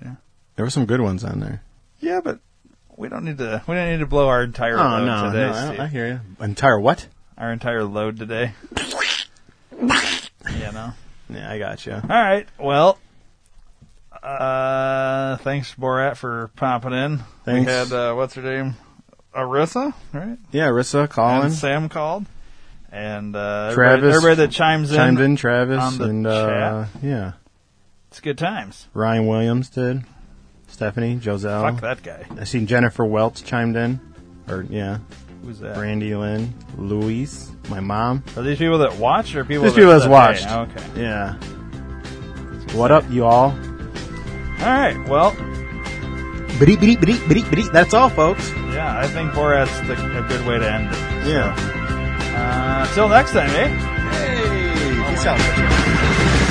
Yeah.
There were some good ones on there.
Yeah, but we don't need to. We don't need to blow our entire
Oh,
load
no,
today.
no, I-
Steve.
I hear you. Entire what?
Our entire load today. you know.
Yeah, I got you.
All right. Well, uh, thanks Borat for popping in.
Thanks.
We had uh, what's her name? Arissa, right?
Yeah, Arissa, Colin,
And Sam called. And uh,
Travis.
everybody, everybody that chimes in,
Chimed in, Travis,
on the
and uh, yeah,
it's good times.
Ryan Williams did. Stephanie, Joselle.
Fuck that guy.
I seen Jennifer Welch chimed in. Or, yeah.
Who's that?
Brandy Lynn, Louise, my mom.
Are these people that watch or people?
These
that
people that's
that-
watched.
hey, okay.
Yeah. What up, you
All
all?
right. Well,
Biddy, biddy, biddy, biddy, biddy. That's all, folks.
yeah. I think Borat's the, a good way to end it.
Yeah.
Uh, till next time, eh?
Hey, peace out.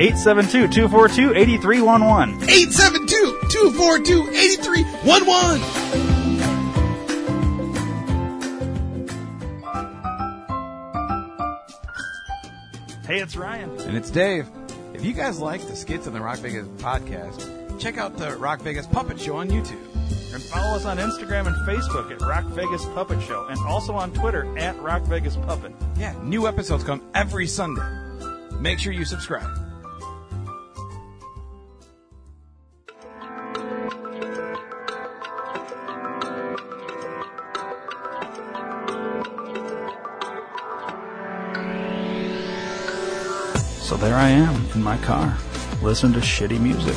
872 242 8311.
872-242-8311.
Hey, it's Ryan.
And it's Dave. If you guys like the skits on the Rock Vegas podcast, check out the Rock Vegas Puppet Show on YouTube.
And follow us on Instagram and Facebook at Rock Vegas Puppet Show and also on Twitter at Rock Vegas Puppet.
Yeah, new episodes come every Sunday. Make sure you subscribe.
So there I am in my car, listening to shitty music.